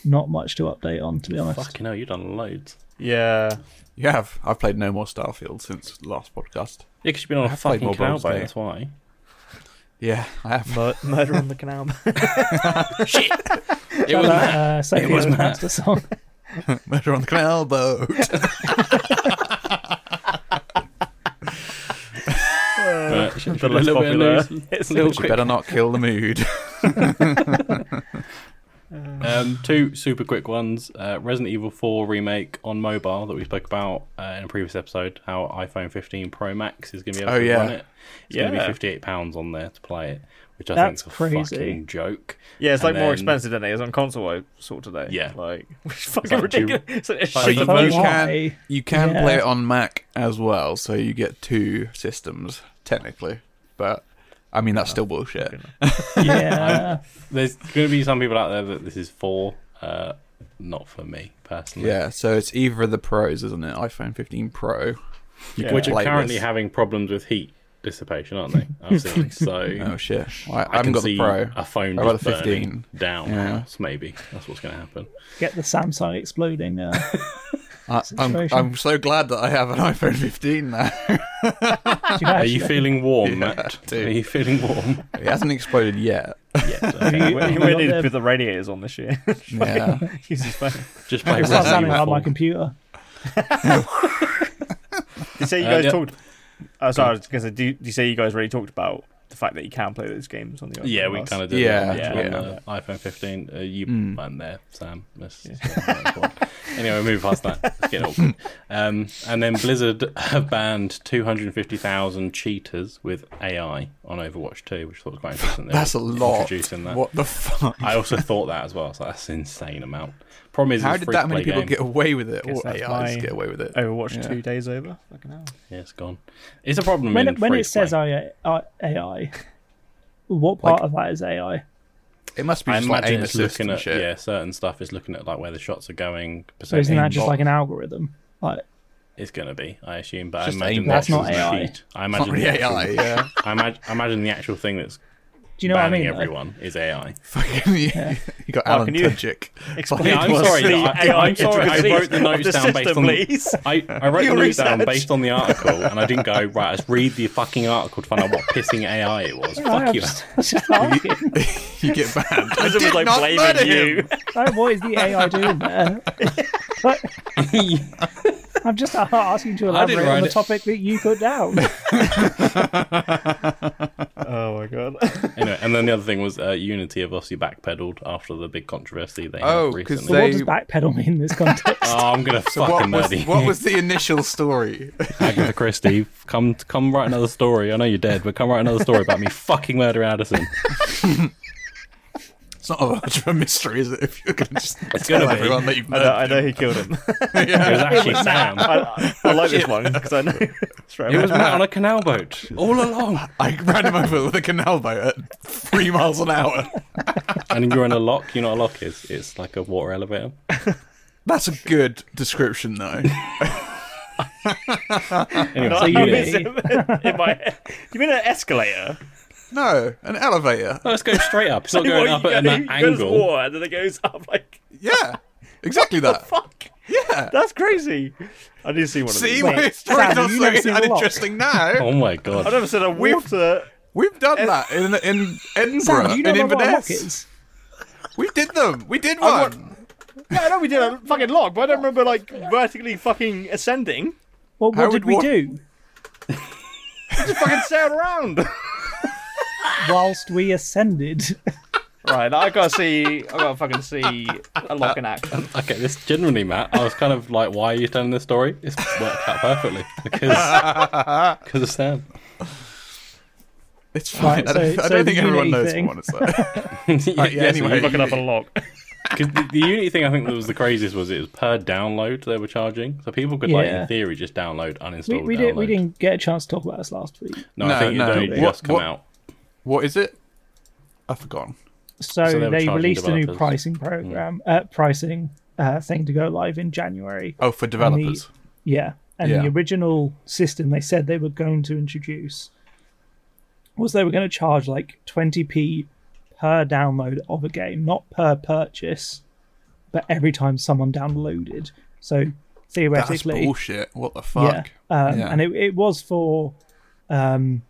not much to update on, to be honest. fucking hell, you've done loads. Yeah. You have. I've played no more Starfield since last podcast. Yeah, because you've been on a have played fucking more canal Baldur's boat. Gate. That's why. Yeah, I have. Mur- murder on the canal. It was That, uh, Sophie was Ellis Baxter song. Murder on the Canal Boat. But I'm but sure a little bit of that's news, little popular. You quick better not kill the mood. Um, two super quick ones. Uh, Resident Evil 4 remake on mobile that we spoke about uh, in a previous episode. How iPhone 15 Pro Max is going to be able Oh, to yeah. run it. It's going to Yeah. be 58 pounds on there to play it, which I That's think is a crazy. fucking joke. Yeah, it's And like more then- expensive than it is on console. I saw today. Yeah. like which is fucking like two- ridiculous. It's like a like shit the of version- version. Why? can, you can Yeah. play it on Mac as well, so you get two systems technically. But I mean, that's still bullshit. Yeah, There's going to be some people out there that this is for. Uh, not for me personally. Yeah, so it's either of the pros, isn't it? iPhone 15 Pro. You Yeah. can Which are play currently with- having problems with heat dissipation, aren't they? I've seen. So Oh shit! Well, I, I I haven't can got see the Pro. a phone I've got just the burning 15. down Yeah. house, maybe. That's what's going to happen. get the Samsung exploding. Uh, I, I'm, Situation. I'm so glad that I have an iPhone 15 now. do you Are you actually- feeling warm, Yeah, Matt? Are dude. you feeling warm? it hasn't exploded yet. Yeah, Have you- We, have we you need to got put the- the radiators on this year. Yeah. Use his phone. just play It's not Resident sounding like Evil. my computer. You say you Uh, guys yeah. talked. Uh, sorry, I was gonna say, do, you- do you say you guys really talked about the fact that you can play those games on the iPhone Yeah, we Plus? kind of did. Yeah, that yeah. on the iPhone 15. Uh, you Mm. weren't there, Sam. That's- Yeah. that's what- Anyway, move past that. It's getting awkward. Um, and then Blizzard have banned 250,000 cheaters with AI on Overwatch 2, which I thought was quite interesting. They That's a were lot. Introducing that. What the fuck? I also thought that as well. So that's an insane amount. Problem is, How it's a did that many free-to-play people game. get away with it? Guess Or that's AIs my- get away with it? Overwatch Yeah. two days over. Fucking hell. Yeah, it's gone. It's a problem when in it, when it free-to-play. says AI, AI, what part of that is AI? It must be I just like imagine aim it's assist looking and at shit. yeah, certain stuff is looking at like where the shots are going. So isn't that percentage. just like an algorithm? Like It's gonna be, I assume, but I Just imagine aim that's box, not isn't it? AI. I Not imagine really the actual- AI, yeah. I imagine, I imagine the actual thing that's Do you know what I banning mean? though? everyone is AI. Fucking you got Alan can you- Tudyk. Explain Yeah, I'm to us sorry, the no, I- AI I'm sorry, I wrote the intricacies notes of down based system, on- please. I, I wrote Your the notes down research. based on the article, and I didn't go right. Let's read the fucking article to find out what pissing AI it was. No, Fuck I'm you. just- I'm just asking. You get banned. I Blizzard was did like not murder blaming him. you. Like, what is the AI doing there? Like, I'm just asking to I didn't elaborate on write the it. topic that you put down. Oh my god. Anyway, and then the other thing was uh, Unity have obviously backpedaled after the big controversy they had Oh, 'cause recently. But what does they- backpedal mean in this context? Oh, I'm gonna What fucking was, murder you. what was the initial story? Agatha Christie, come come write another story. I know you're dead, but come write another story about me fucking murdering Addison. It's not much of a mystery, is it? If you're going to just It's tell gonna be. everyone that you've I know, murdered I know he killed him. It was actually Sam. I, I like this one because I know. Straight It away. was Matt on a canal boat all along, I ran him over with a canal boat at three miles an hour. and you're in a lock. You know what a lock is? It's like a water elevator. That's a good description, though. Anyway, I so was Unity. in in my head. You mean an escalator? No, an elevator. No, let's go straight up. It's not Well, going you up at go- an it goes angle. War, and then it goes up like Yeah, exactly that. fuck. Yeah. That's crazy. I didn't see one of See, these. my Wait, story's Sam, not you never so seen The Lock? uninteresting now. Oh my I god! never said a water. We've done that in in Edinburgh, Eh. Sam, do you know in about what a mock Inverness. is? We did them. We did one. No, I know we did a fucking log, but I don't remember like vertically fucking ascending. Well, what Howard did we Wa- do Just fucking sailed around. whilst we ascended? right, I gotta see. I gotta fucking see a log in action. Okay, this genuinely, Matt. I was kind of like, why are you telling this story? It's worked out perfectly because because of Sam. It's fine. Right, I don't, so- I so don't the think everyone Unity knows thing. what it's like. yeah, Yes, anyway. Looking up a log. Because the, the Unity thing I think that was the craziest was it was per download they were charging, so people could like Yeah. in theory just download, uninstall, We, we, download. did, we didn't get a chance to talk about this last week. No, No, I think no. it only What- just come what- out. What is it? I've forgotten. So, So they were they charging released a new developers. Hmm. pricing program, uh, pricing uh, thing to go live in January. Oh, for developers. Yeah. And Yeah. the original system they said they were going to introduce was they were going to charge like 20p per download of a game, not per purchase, but every time someone downloaded. So That's theoretically, bullshit. What the fuck? yeah. Um, Yeah. And it, it was for um,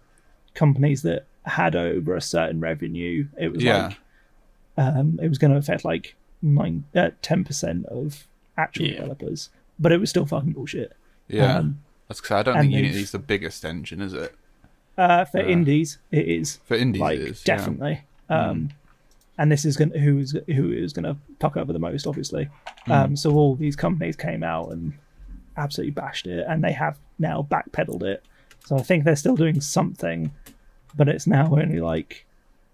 companies that had over a certain revenue. It was Yeah. like um, it was going to affect like nine, uh, ten percent of actual Yeah. developers, but it was still fucking bullshit. Yeah. Um, That's because I don't and think they've- Unity's the biggest engine, is it? Uh, for indies, it is For indies, like it is. yeah. Mm. definitely. Um, And this is going to who is who is going to fuck over the most, obviously. Mm. Um, so all these companies came out and absolutely bashed it, and they have now backpedaled it. So I think they're still doing something, but it's now only like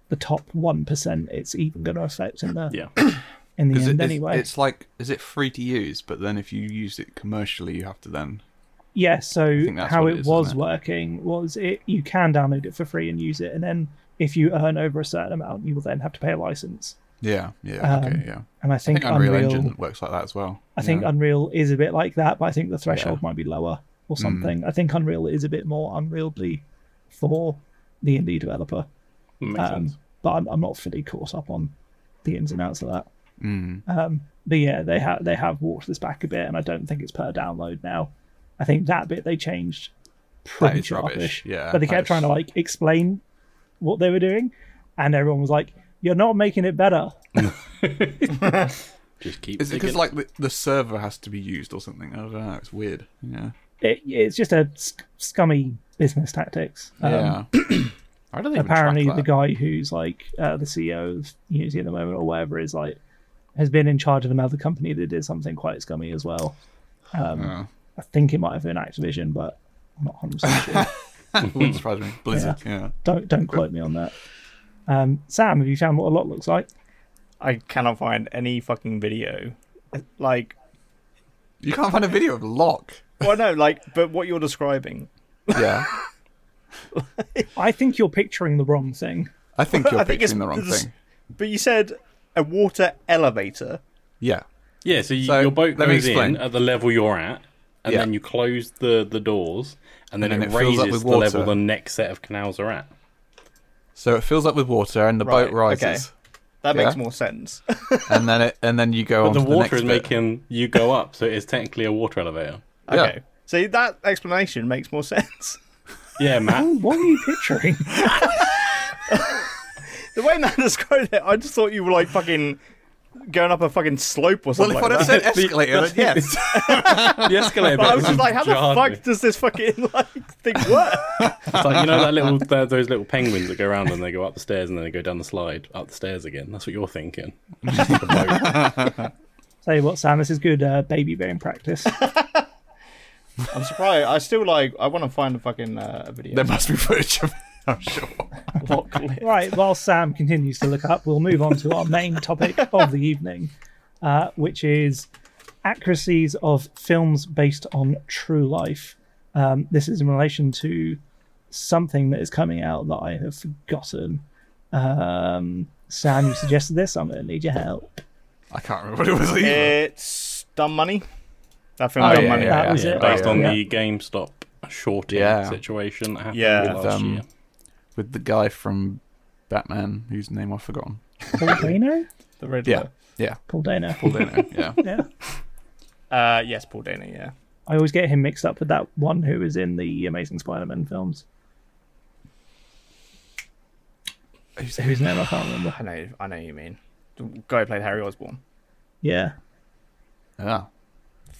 the top one percent. It's even going to affect in the Yeah, in the 'Cause end it- it's, anyway. it's like, is it free to use? But then if you use it commercially, you have to then. Yeah, so think that's how what it it, is, isn't was it? working was it you can download it for free and use it, and then if you earn over a certain amount, you will then have to pay a license. Yeah, yeah, okay, yeah. And Um, I I think, think Unreal, Unreal, Engine works like that as well. I think yeah. Unreal is a bit like that, but I think the threshold might be lower or Hmm. something. I think Unreal is a bit more unwieldy for the indie developer, makes um, sense. but I'm, I'm not fully caught up on the ins and outs of that. Mm-hmm. Um, but yeah, they have they have walked this back a bit, and I don't think it's per download now. I think that bit they changed pretty is rubbish, sharpish. yeah, but they that kept is- trying to like explain what they were doing, and everyone was like, "You're not making it better." Just keep. Is it digging. because like the, the server has to be used or something? I don't know. It's weird. Yeah. It, it's just a sc- scummy business tactics. Um, yeah. I don't think E apparently the guy who's like uh, the CEO of Unity at the moment or whatever is like, has been in charge of another company that did something quite scummy as well. Um, Oh. I think it might have been Activision, but I'm not 100 percent sure. Wouldn't surprise me. Blizzard, yeah. Don't don't quote me on that. Um, Sam, have you found what a lot looks like? I cannot find any fucking video. Like, You can't find a video of Locke. well, no, like, but what you're describing, Yeah. I think you're picturing the wrong thing. I think you're I think picturing the it's- wrong it's- thing. but you said a water elevator. Yeah. Yeah, so, you, So, your boat let me goes in explain. at the level you're at, and Yeah. then you close the, the doors, and then, And then it, it fills raises up with the level water. the next set of canals are at. So it fills up with water and the Right, boat rises. That Yeah. makes more sense. And then it and then you go But on the to water the is next bit. making you go up, so it is technically a water elevator. Yeah. Okay. See, that explanation makes more sense. Yeah, Matt. What are you picturing? The way Matt described it, I just thought you were like fucking going up a fucking slope or Well something if I'd like have that. said escalator, then yes. the escalator. But I bit was just like, how the jarred me. fuck does this fucking like thing work? It's like you know that little th those little penguins that go around and they go up the stairs and then they go down the slide up the stairs again. That's what you're thinking. It's just like a boat. Tell you what, Sam, this is good uh, baby bone practice. I'm surprised. I still like. I want to find a fucking uh, a video. there must be footage of it, I'm sure. right, while Sam continues to look up, we'll move on to our main topic of the evening, uh, which is accuracies of films based on true life. Um, this is in relation to something that is coming out that I have forgotten. Um, Sam, you suggested this. I'm going to need your help. I can't remember what it was either. Eh. It's Dumb Money. That film, Oh, Dumb yeah, Money. that was it. based Yeah. on Yeah. the GameStop shorting Yeah. situation that happened Yeah. last With, um, year. With the guy from Batman whose name I've forgotten. Paul Dano? The Riddler. Yeah. Yeah. Paul Dano. Paul Dano. Yeah. Yeah. Uh, yes, Paul Dana. Yeah. I always get him mixed up with that one who was in the Amazing Spider-Man films. Who's- Whose name I can't remember. I know. I know you mean the guy who played Harry Osborn. Yeah, Yeah.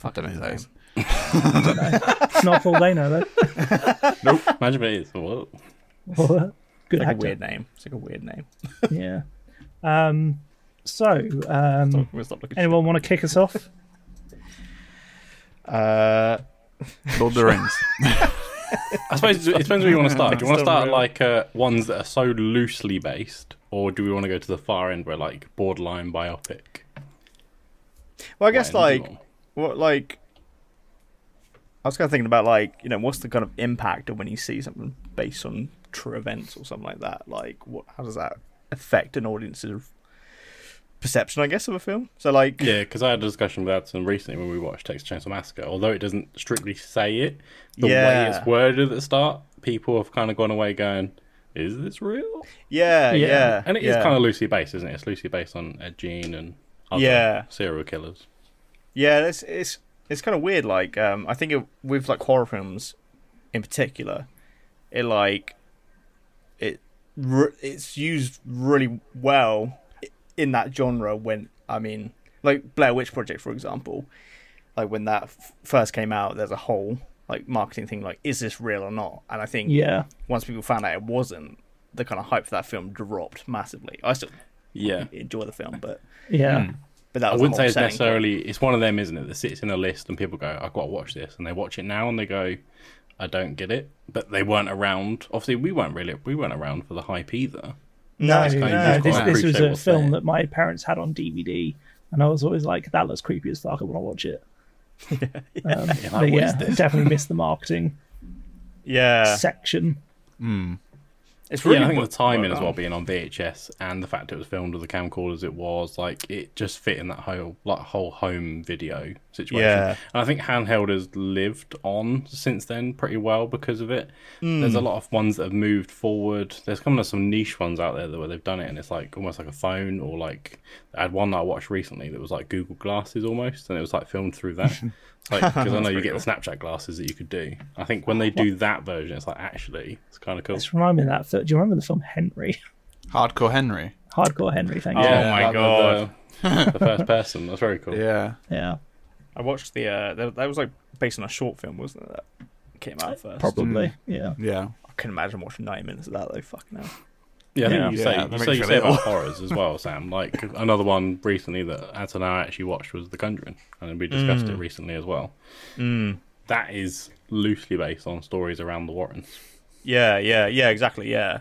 I don't know who that is. it's not Paul Dano Imagine if it is. Whoa. though. uh, Good Like a actor. weird name. It's like a weird name. Yeah. Um. So, um, We'll stop looking. anyone want to kick us off? Uh, Lord of the Rings. I suppose it depends where you want to start. Do you want to Still start real. like uh, ones that are so loosely based, or do we want to go to the far end where like borderline biopic? well, I guess Why like not? what like. I was kind of thinking about like you know what's the kind of impact of when you see something based on true events or something like that. Like what how does that affect an audience's perception? I guess of a film. So like Yeah, because I had a discussion with Adson recently when we watched Texas Chainsaw Massacre. Although it doesn't strictly say it, the Yeah. way it's worded at the start, people have kind of gone away going, "Is this real?" yeah yeah, and it is kind of loosely based, isn't it? It's loosely based on Ed Gein and other Yeah. serial killers. Yeah, it's it's it's kind of weird. Like, um, I think it, with like horror films, in particular, it like it re- it's used really well i- in that genre. When I mean, like Blair Witch Project, for example, like when that f- first came out, there's a whole like marketing thing like, is this real or not? And I think Yeah. once people found out it wasn't, the kind of hype for that film dropped massively. I still Yeah, enjoy the film, but Yeah. Hmm. but that I was a wouldn't whole say it's selling point. necessarily. It's one of them, isn't it? That sits in a list and people go, "I've got to watch this," and they watch it now and they go, "I don't get it." But they weren't around. Obviously, we weren't really. We weren't around for the hype either. No, It's no, kind of- uh, this, I this was appreciate a what's film there. that my parents had on DVD, and I was always like, "That looks creepy as fuck. I want to watch it." Um, but what yeah, is this? definitely missed the marketing Yeah, section. it's yeah, I think well- the timing as done. well being on VHS and the fact it was filmed with the camcorders it was like it just fit in that whole like whole home video situation. Yeah. And I think handheld has lived on since then pretty well because of it. Hmm. There's a lot of ones that have moved forward. There's kind of some niche ones out there that where they've done it and it's like almost like a phone or like I had one that I watched recently that was like Google Glasses almost and it was like filmed through that. Because I know you get the Snapchat glasses that you could do. I think when they do that version, it's like actually it's kind of cool. This remind me of that. fil- Do you remember the film Henry? Hardcore Henry. Hardcore Henry. Thank you. Yeah. Oh my that- uh, The, the first person. That's very cool. Yeah. Yeah. I watched the uh, that, that was like based on a short film, wasn't it? That came out first. Probably. Yeah. Hmm. Yeah. I couldn't imagine watching ninety minutes of that though. Fucking hell. Yeah, I think Yeah. you Yeah, say, that you makes say, you me say feel- about horrors as well, Sam. Like another one recently that Ant and I actually watched was The Conjuring, and we discussed it recently as well. Mm. That is loosely based on stories around the Warrens. Yeah, yeah, yeah, exactly, yeah.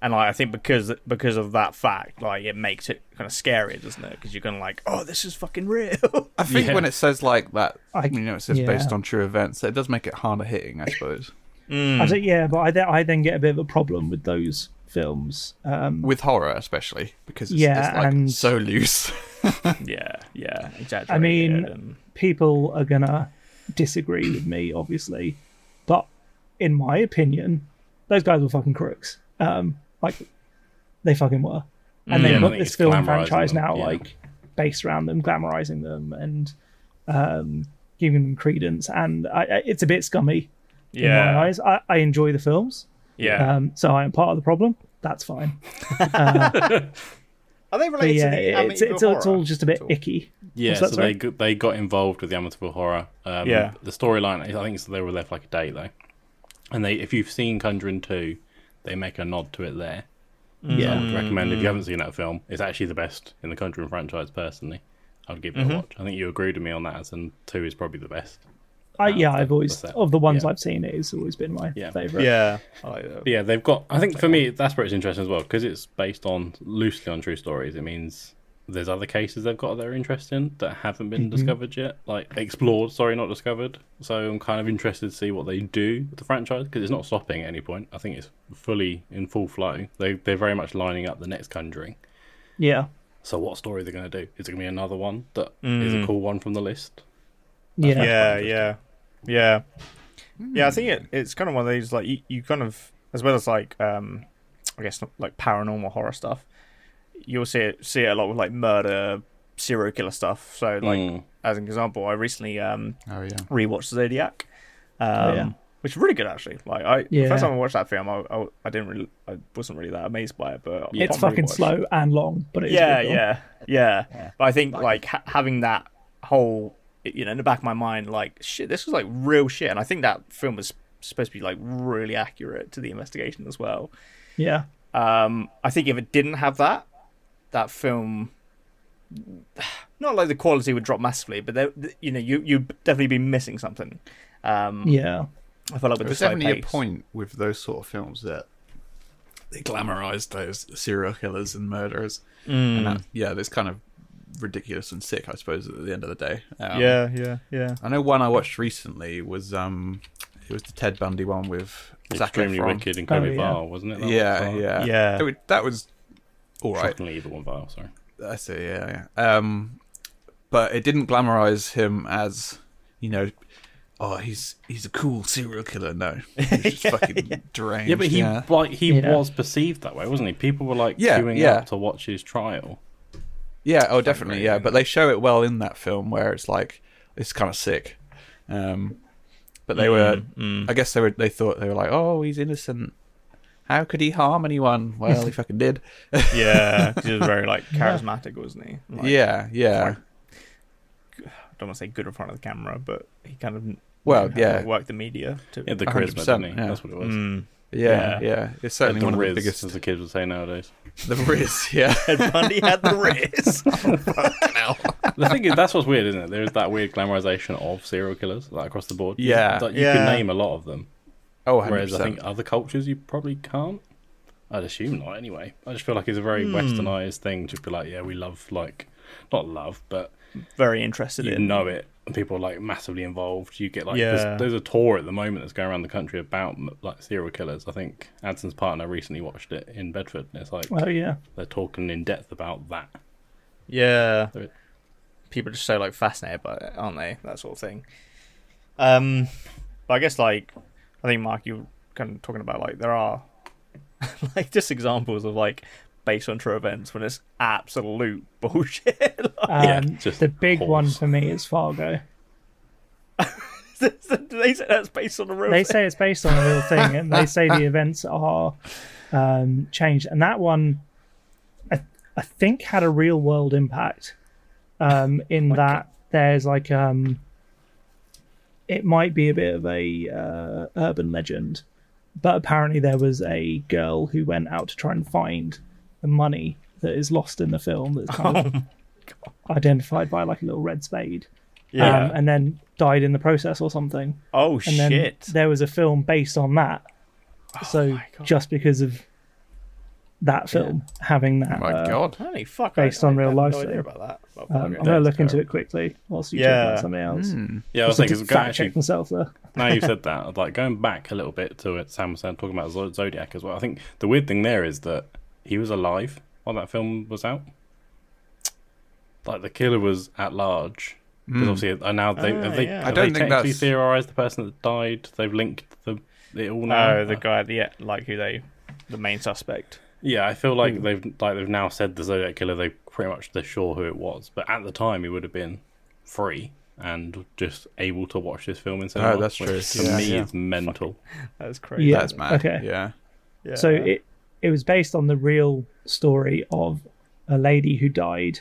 And like, I think because because of that fact, like it makes it kind of scary, doesn't it? Because you're kind of like, oh, this is fucking real. I think Yeah. when it says like that, I- you know, it says yeah. based on true events, it does make it harder hitting, I suppose. I don't, yeah, but I, th- I then get a bit of a problem with those films. Um, With horror, especially because it's, Yeah, it's like and- so loose. yeah, yeah, exactly. I mean, people are gonna disagree with me, obviously, but in my opinion, those guys were fucking crooks. Um, like they fucking were, and Yeah, they I put think this it's film glamorising franchise them, now yeah. like based around them, glamorizing them, and um, giving them credence. And I, I, it's a bit scummy in yeah, my eyes. I, I enjoy the films, yeah. um, so I'm part of the problem. That's fine. Are they But related yeah, to the it's, it's, Amityville it's horror? all just a bit all? icky. Yeah, What's that, so sorry? they go- they got involved with the Amityville Horror. Um, Yeah. the storyline. I think it's they were there for like a day though, and they if you've seen Conjuring two, they make a nod to it there. I Yeah, would recommend Mm. if you haven't seen that film, it's actually the best in the Conjuring franchise. Personally, I'd give it Mm-hmm. a watch. I think you agreed with me on that, as and two is probably the best. I, yeah, that's I've that- always that's that. of the ones Yeah. I've seen, it's always been my Yeah. favorite. Yeah, I like that. But yeah, they've got. I think for me, that's where it's interesting as well because it's based on loosely on true stories. It means there's other cases they've got that are interesting that haven't Mm-hmm. been discovered yet, like explored. Sorry, not discovered. So I'm kind of interested to see what they do with the franchise because it's not stopping at any point. I think it's fully in full flow. They they're very much lining up the next Conjuring. yeah. So what story they're going to do? Is it going to be another one that is Mm. a cool one from the list? Yeah. yeah, yeah, yeah, yeah. I think it, it's kind of one of those like you, you kind of as well as like um, I guess like paranormal horror stuff. You'll see it see it a lot with like murder, serial killer stuff. So like Mm. as an example, I recently um Oh yeah. rewatched Zodiac, um, yeah. which is really good actually. Like I the Yeah. first time I watched that film, I, I, I didn't really I wasn't really that amazed by it, but Yeah. It's upon fucking rewatch- slow and long, but it's yeah, yeah, yeah, But I think Like- like, ha- having that whole, you know, in the back of my mind, like shit, this was like real shit, and I think that film was supposed to be like really accurate to the investigation as well. yeah, Um, I think if it didn't have that, that film, not like the quality would drop massively, but there, you know, you you would definitely be missing something. Um, yeah, I feel like with the There's slow definitely a pace- point with those sort of films that they glamorized those serial killers and murderers, Mm. and that, yeah, that's kind of ridiculous and sick, I suppose. At the end of the day, um, Yeah, yeah, yeah. I know one I watched recently was um, it was the Ted Bundy one with Zac Extremely Efron. wicked and Cody Oh, yeah. Vile, wasn't it? That Yeah, one? yeah, Yeah. It was- that was all right. Shockingly evil and vile. Sorry. I see. Yeah, yeah. Um, but it didn't glamorize him as you know. Oh, he's he's a cool serial killer. No, he's just fucking deranged. Yeah, but he yeah. like he Yeah. was perceived that way, wasn't he? People were like Yeah, queuing yeah. up to watch his trial. Yeah, oh, It's like definitely. great, Yeah, isn't but it? they show it well in that film where it's like it's kind of sick. Um, but they were, Mm, I guess they were. They thought they were like, oh, he's innocent. How could he harm anyone? Well, he fucking did. Yeah, 'cause he was very like charismatic, wasn't he? Like, yeah, yeah. like- I don't want to say good in front of the camera, but he kind of Well, knew how yeah. to work the media to Yeah, the 100%, charisma, didn't he? yeah. That's what it was. Mm. yeah, yeah, Yeah. It's Had certainly the one of the Riz, biggest. as the kids would say nowadays. The Riz, yeah. Ted Bundy had the riz. the thing is, that's what's weird, isn't it? There's that weird glamorization of serial killers like, across the board. Yeah. Like, you Yeah. can name a lot of them, Oh, 100%. whereas I think other cultures you probably can't. I'd assume not. Anyway, I just feel like it's a very Hmm. westernized thing to be like, yeah, we love like, not love, but Very interested you in. know it and people are like massively involved you get like Yeah. there's, there's a tour at the moment that's going around the country about m- like serial killers i think adson's partner recently watched it in bedford and it's like oh yeah, they're talking in depth about that Yeah. There it- People are just so like fascinated by it, aren't they? That sort of thing. Um, but I guess like I think Mark, you were kind of talking about like there are like just examples of like based on true events when it's absolute bullshit. like, um, Yeah, just the big one horse. for me is Fargo. they say that's based on a real. They thing. say it's based on a real thing, and they say the events are um, changed, and that one, I, I think, had a real world impact. Um, in that there's like um, it might be a bit of a uh, urban legend, but apparently there was a girl who went out to try and find the money that is lost in the film that's kind of identified by like a little red spade Yeah. um, and then died in the process or something oh and then shit. Oh there was a film based on that so just because of that film having that Oh My uh, God. Holy fuck! based on real had life, No idea though. about that. Well, um, i'm fuck it. gonna look into it quickly whilst you talk Yeah. about something else Yeah, I was Just thinking, to go- fact actually, check myself there now you've said that, I'd like going back a little bit to what Sam was saying, talking about Zo- Zodiac as well. I think the weird thing there is that he was alive while that film was out. Like the killer was at large. Because obviously, uh, now they, Ah, have they, yeah. have they I Hmm. don't think technically that's- theorised the person that died. They've linked the it all now. Oh, No, the guy, the like who they, the main suspect. Yeah, I feel Hmm. like they've like they've now said the Zodiac killer. They pretty much they're sure who it was, but at the time he would have been free and just able to watch this film in cinema. Oh, that's which true. To Yeah. me, Yeah. is mental. That's crazy. Yeah. That's mad. Okay. Yeah. Yeah. So it it was based on the real story of a lady who died,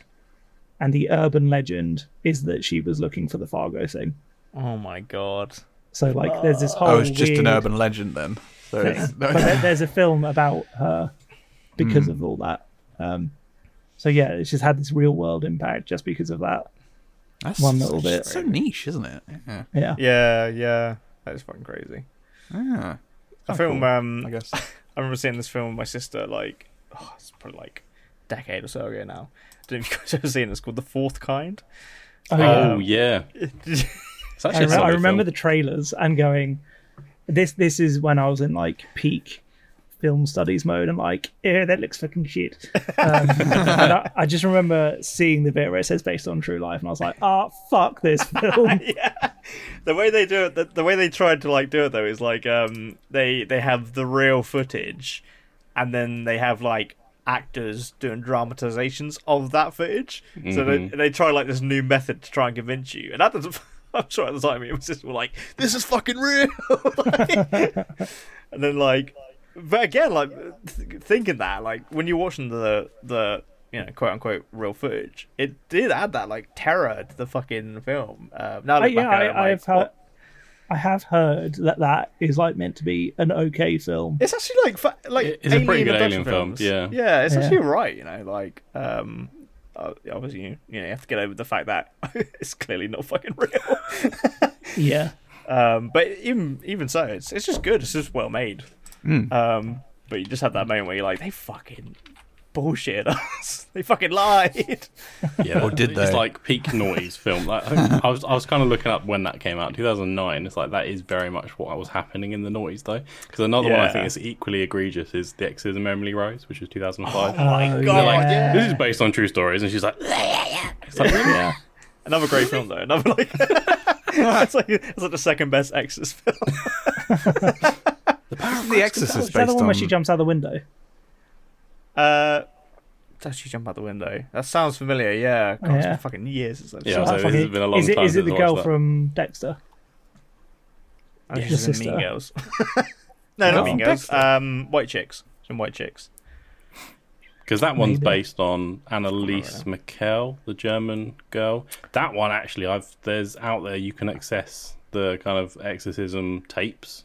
and the urban legend is that she was looking for the Fargo thing. Oh my god. So like, there's this whole. Oh, it's just an weird urban legend then. So thing. it's- but there- there's a film about her Hmm. because of all that. Um, so yeah, it's just had this real world impact just because of that. That's One little bit. it's so niche, isn't it? Yeah. Yeah. Yeah, yeah. That is fucking crazy. Ah, Oh, I film. cool, Um, I guess. I remember seeing this film with my sister like oh, it's probably like a decade or so ago now. I don't know if you guys have seen it. It's called The Fourth Kind. Oh, yeah. Oh yeah, it's actually. I, Oh, a remember- I solid remember film. the trailers and going, this this is when I was in like peak film studies mode and like, yeah, that looks fucking shit. Um, and I, I just remember seeing the bit where it says based on true life, and I was like, ah, fuck this film. yeah. The way they do it, the, the way they tried to like do it though, is like um, they they have the real footage, and then they have like actors doing dramatizations of that footage. So they, they try like this new method to try and convince you, and that doesn't. I'm sure at the time it was just like this is fucking real, and then like, but again, like th- thinking that, like when you're watching the the you know quote unquote real footage, it did add that like terror to the fucking film. Uh, now I, that yeah, back at it, I'm I, I like, have heard, what? I have heard that that is like meant to be an okay film. It's actually like fa- like It- it's a pretty good abduction alien film, yeah. yeah, it's Yeah. actually right. You know, like um, uh, obviously you you know you have to get over the fact that it's clearly not fucking real. Yeah, um, but even even so, it's it's just good. It's just well made. Hmm. Um, but you just have that moment where you're like, they fucking bullshit us. they fucking lied. Yeah, Or did It's they? like peak noise film. Like, I, think I was, I was kind of looking up when that came out, 2009. It's like that is very much what was happening in the noise though. Because another one I Yeah. think is equally egregious is The Exorcism Emily Rose, which is 2005. my Oh, God, yeah. yeah. This is based on true stories, and she's like, It's like, really? yeah. Another great film though. Another like it's like it's like the second best Exorcist film. the Exorcist Ah, Is is that the based one on. where she jumps out the window? Uh, does she jump out the window? That sounds familiar. Yeah, God, it's Yeah. been fucking years since I've Yeah, I seen was that. like, this has been a long is it time is it since the I girl watched that. from Dexter? I think Your she's in Mean sister. Girls. no, not Girl Mean from Girls. Dexter. Um, White Chicks. Some White Chicks. Because that one's Maybe. based on Annalise Mikkel, the German girl. That one actually, I've there's out there you can access the kind of exorcism tapes.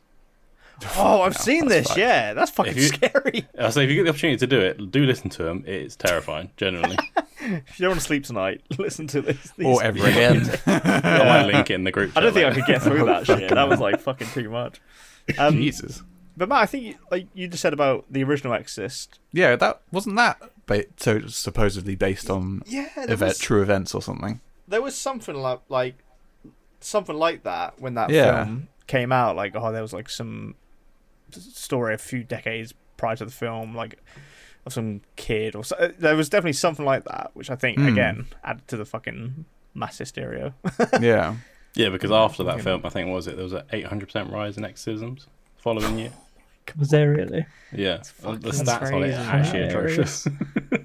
Oh, I've seen this. fucked. Yeah, that's fucking If you- scary. Uh, so if you get the opportunity to do it, do listen to them. It's terrifying, generally. If you don't want to sleep tonight, listen to this. These... Or ever again. I might link it in the group. I don't chat think I later. could get through that shit. That was like fucking too much. Um, Jesus. but Matt, I think you, like you just said about the original Exorcist. Yeah, that wasn't that. Ba- so it was supposedly based on Yeah, there event, true events or something. there was something like like something like that when that Yeah. film came out. Like, oh, there was like some s- story a few decades prior to the film, like of some kid or so. uh, There was definitely something like that, which I think Hmm. again added to the fucking mass hysteria. Yeah. Yeah, because after that film, I think what was it there was an 800% rise in exorcisms the following year. Was there really? Yeah, Uh, the fucking stats on it crazy. are actually Wow. atrocious.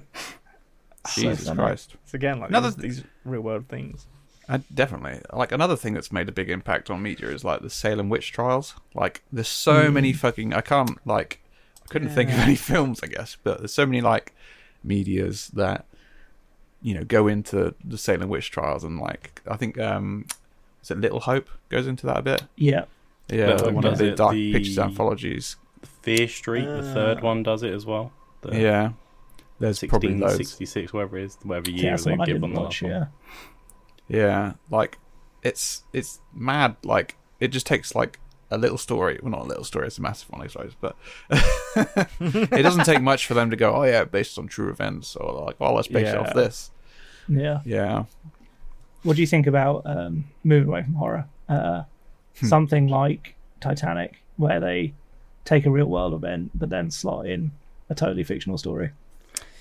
Jesus funny. Christ. It's again like Another these, these real world things. I, Uh, definitely. Like another thing that's made a big impact on media is like the Salem witch trials. Like there's so many fucking I can't like I couldn't think of any films I guess, but there's so many like medias that you know go into the Salem witch trials and like I think um is it Little Hope goes into that a bit. Yeah. Yeah, Little Hope one of does the it, Dark the- Pictures anthologies. Fear Street, the third one, does it as well. The yeah. There's probably 16, loads. 66, whatever it is, whatever Yeah, year that's the they one I give didn't on the last watch. one. Yeah, Yeah, like it's it's mad. Like it just takes like a little story. Well, not a little story. It's a massive one, I suppose. But it doesn't take much for them to go. Oh yeah, based on true events, or like, well, let's base it Yeah. off this. yeah. Yeah, What do you think about um, moving away from horror? Uh, Hmm. something like Titanic, where they take a real world event but then slot in a totally fictional story.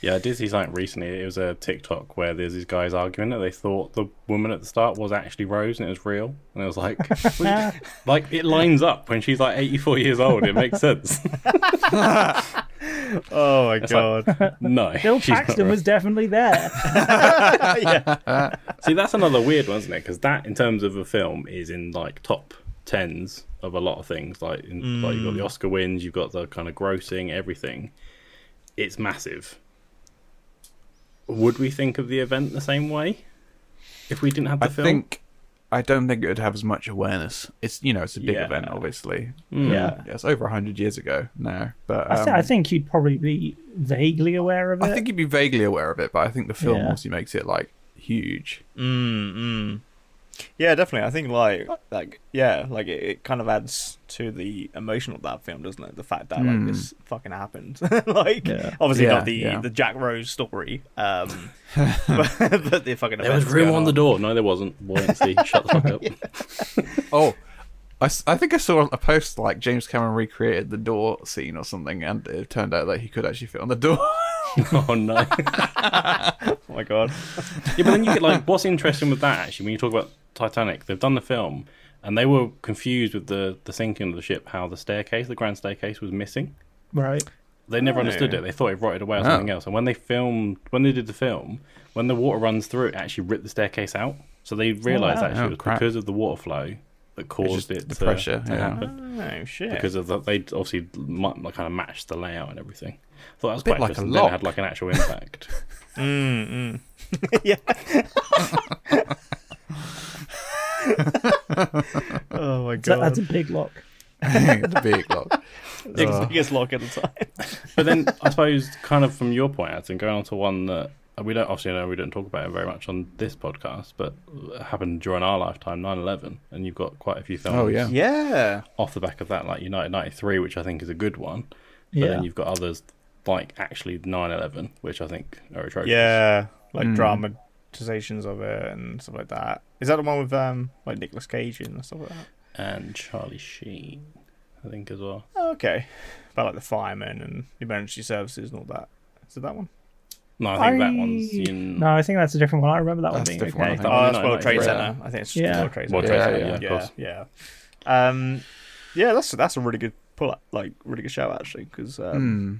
Yeah, I did see something recently. It was a TikTok where there's these guys arguing that they thought the woman at the start was actually Rose and it was real. And it was like, "Well, like it lines up when she's like 84 years old. It makes sense. Oh my like- god. no, Bill she's not Paxton Rose. was definitely there. yeah. See, that's another weird one, isn't it? Because that, in terms of a film, is in like top tens of a lot of things. Like, in, like you've got Mm. the Oscar wins, you've got the kind of grossing, everything. It's massive. Would we think of the event the same way if we didn't have the I film? think I don't think it would have as much awareness. It's you know it's a big Yeah. event, obviously. Mm. Yeah. Yeah, it's over hundred years ago now, but I, um, th- I think you'd probably be vaguely aware of it. I think you'd be vaguely aware of it. But I think the film Yeah. obviously makes it like huge. Mm, mm. Yeah, definitely. I think like like yeah, like it, it kind of adds to the emotion of that film, doesn't it? The fact that Mm. like this fucking happened. like Yeah. obviously Yeah, not the yeah. the Jack Rose story. Um but, but the fucking There was events room going on the door. No, there wasn't. Buoyancy. Shut the fuck up. Oh, I, s- I think I saw a post like James Cameron recreated the door scene or something, and it turned out that he could actually fit on the door. Oh no. yeah, Oh my god. but then you get like, what's interesting with that actually? When you talk about Titanic, they've done the film, and they were confused with the the sinking of the ship, how the staircase, the grand staircase, was missing. right. They never Oh. understood it. They thought it rotted away or Oh. something else. And when they filmed, when they did the film, when the water runs through, it actually ripped the staircase out. So they realised wow. actually Oh, it was crap. because of the water flow that caused just it the to, pressure, to yeah. happen. Oh shit. Because of that, they obviously mu- like, kind of matched the layout and everything. I thought that was bit quite like a interesting. Then it lock. had like an actual impact. Mm, mm. yeah. oh my god. So that's a big lock. the big lock. the biggest lock at the time. but then I suppose, kind of from your point, Adam, going on to one that uh, we don't obviously know we don't talk about it very much on this podcast, but happened during our lifetime, 9-11, and you've got quite a few films Oh, yeah. Yeah. off the back of that, like United ninety three, which I think is a good one. But Yeah. then you've got others like actually 9-11, which I think are atrocious. Yeah, like Hmm. Mm. dramatizations of it and stuff like that. Is that the one with um like Nicolas Cage and stuff like that? and Charlie Sheen, I think as well. Oh, okay, about like the firemen and the emergency services and all that. Is it that one? No, I think that I- one's in No, I think that's a different one. I remember that That's one a being different okay. one, I Oh, think. Oh, that's no, World no, Trade yeah. Center. I think it's just Yeah. World Trade Center. World Trade Yeah, Center. yeah. Yeah, of yeah, course. yeah. Um, yeah, that's that's a really good pull up, like really good show actually, because um, Hmm.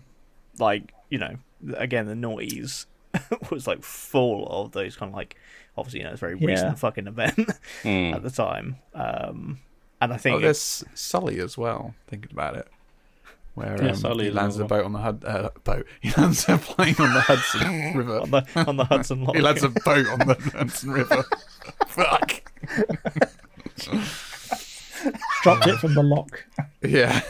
like you know, th- again the noise was like full of those kind of like obviously you know it's a very Yeah. recent fucking event Mm. at the time, um, and I think Oh, there's Sully as well. Thinking about it, where Yeah, um, Sully he is lands a another boat on the Hud- uh, boat. He lands a plane on the Hudson River. on the on the Hudson Lock. he lands a boat on the Hudson River. Fuck. Dropped it from the lock. Yeah.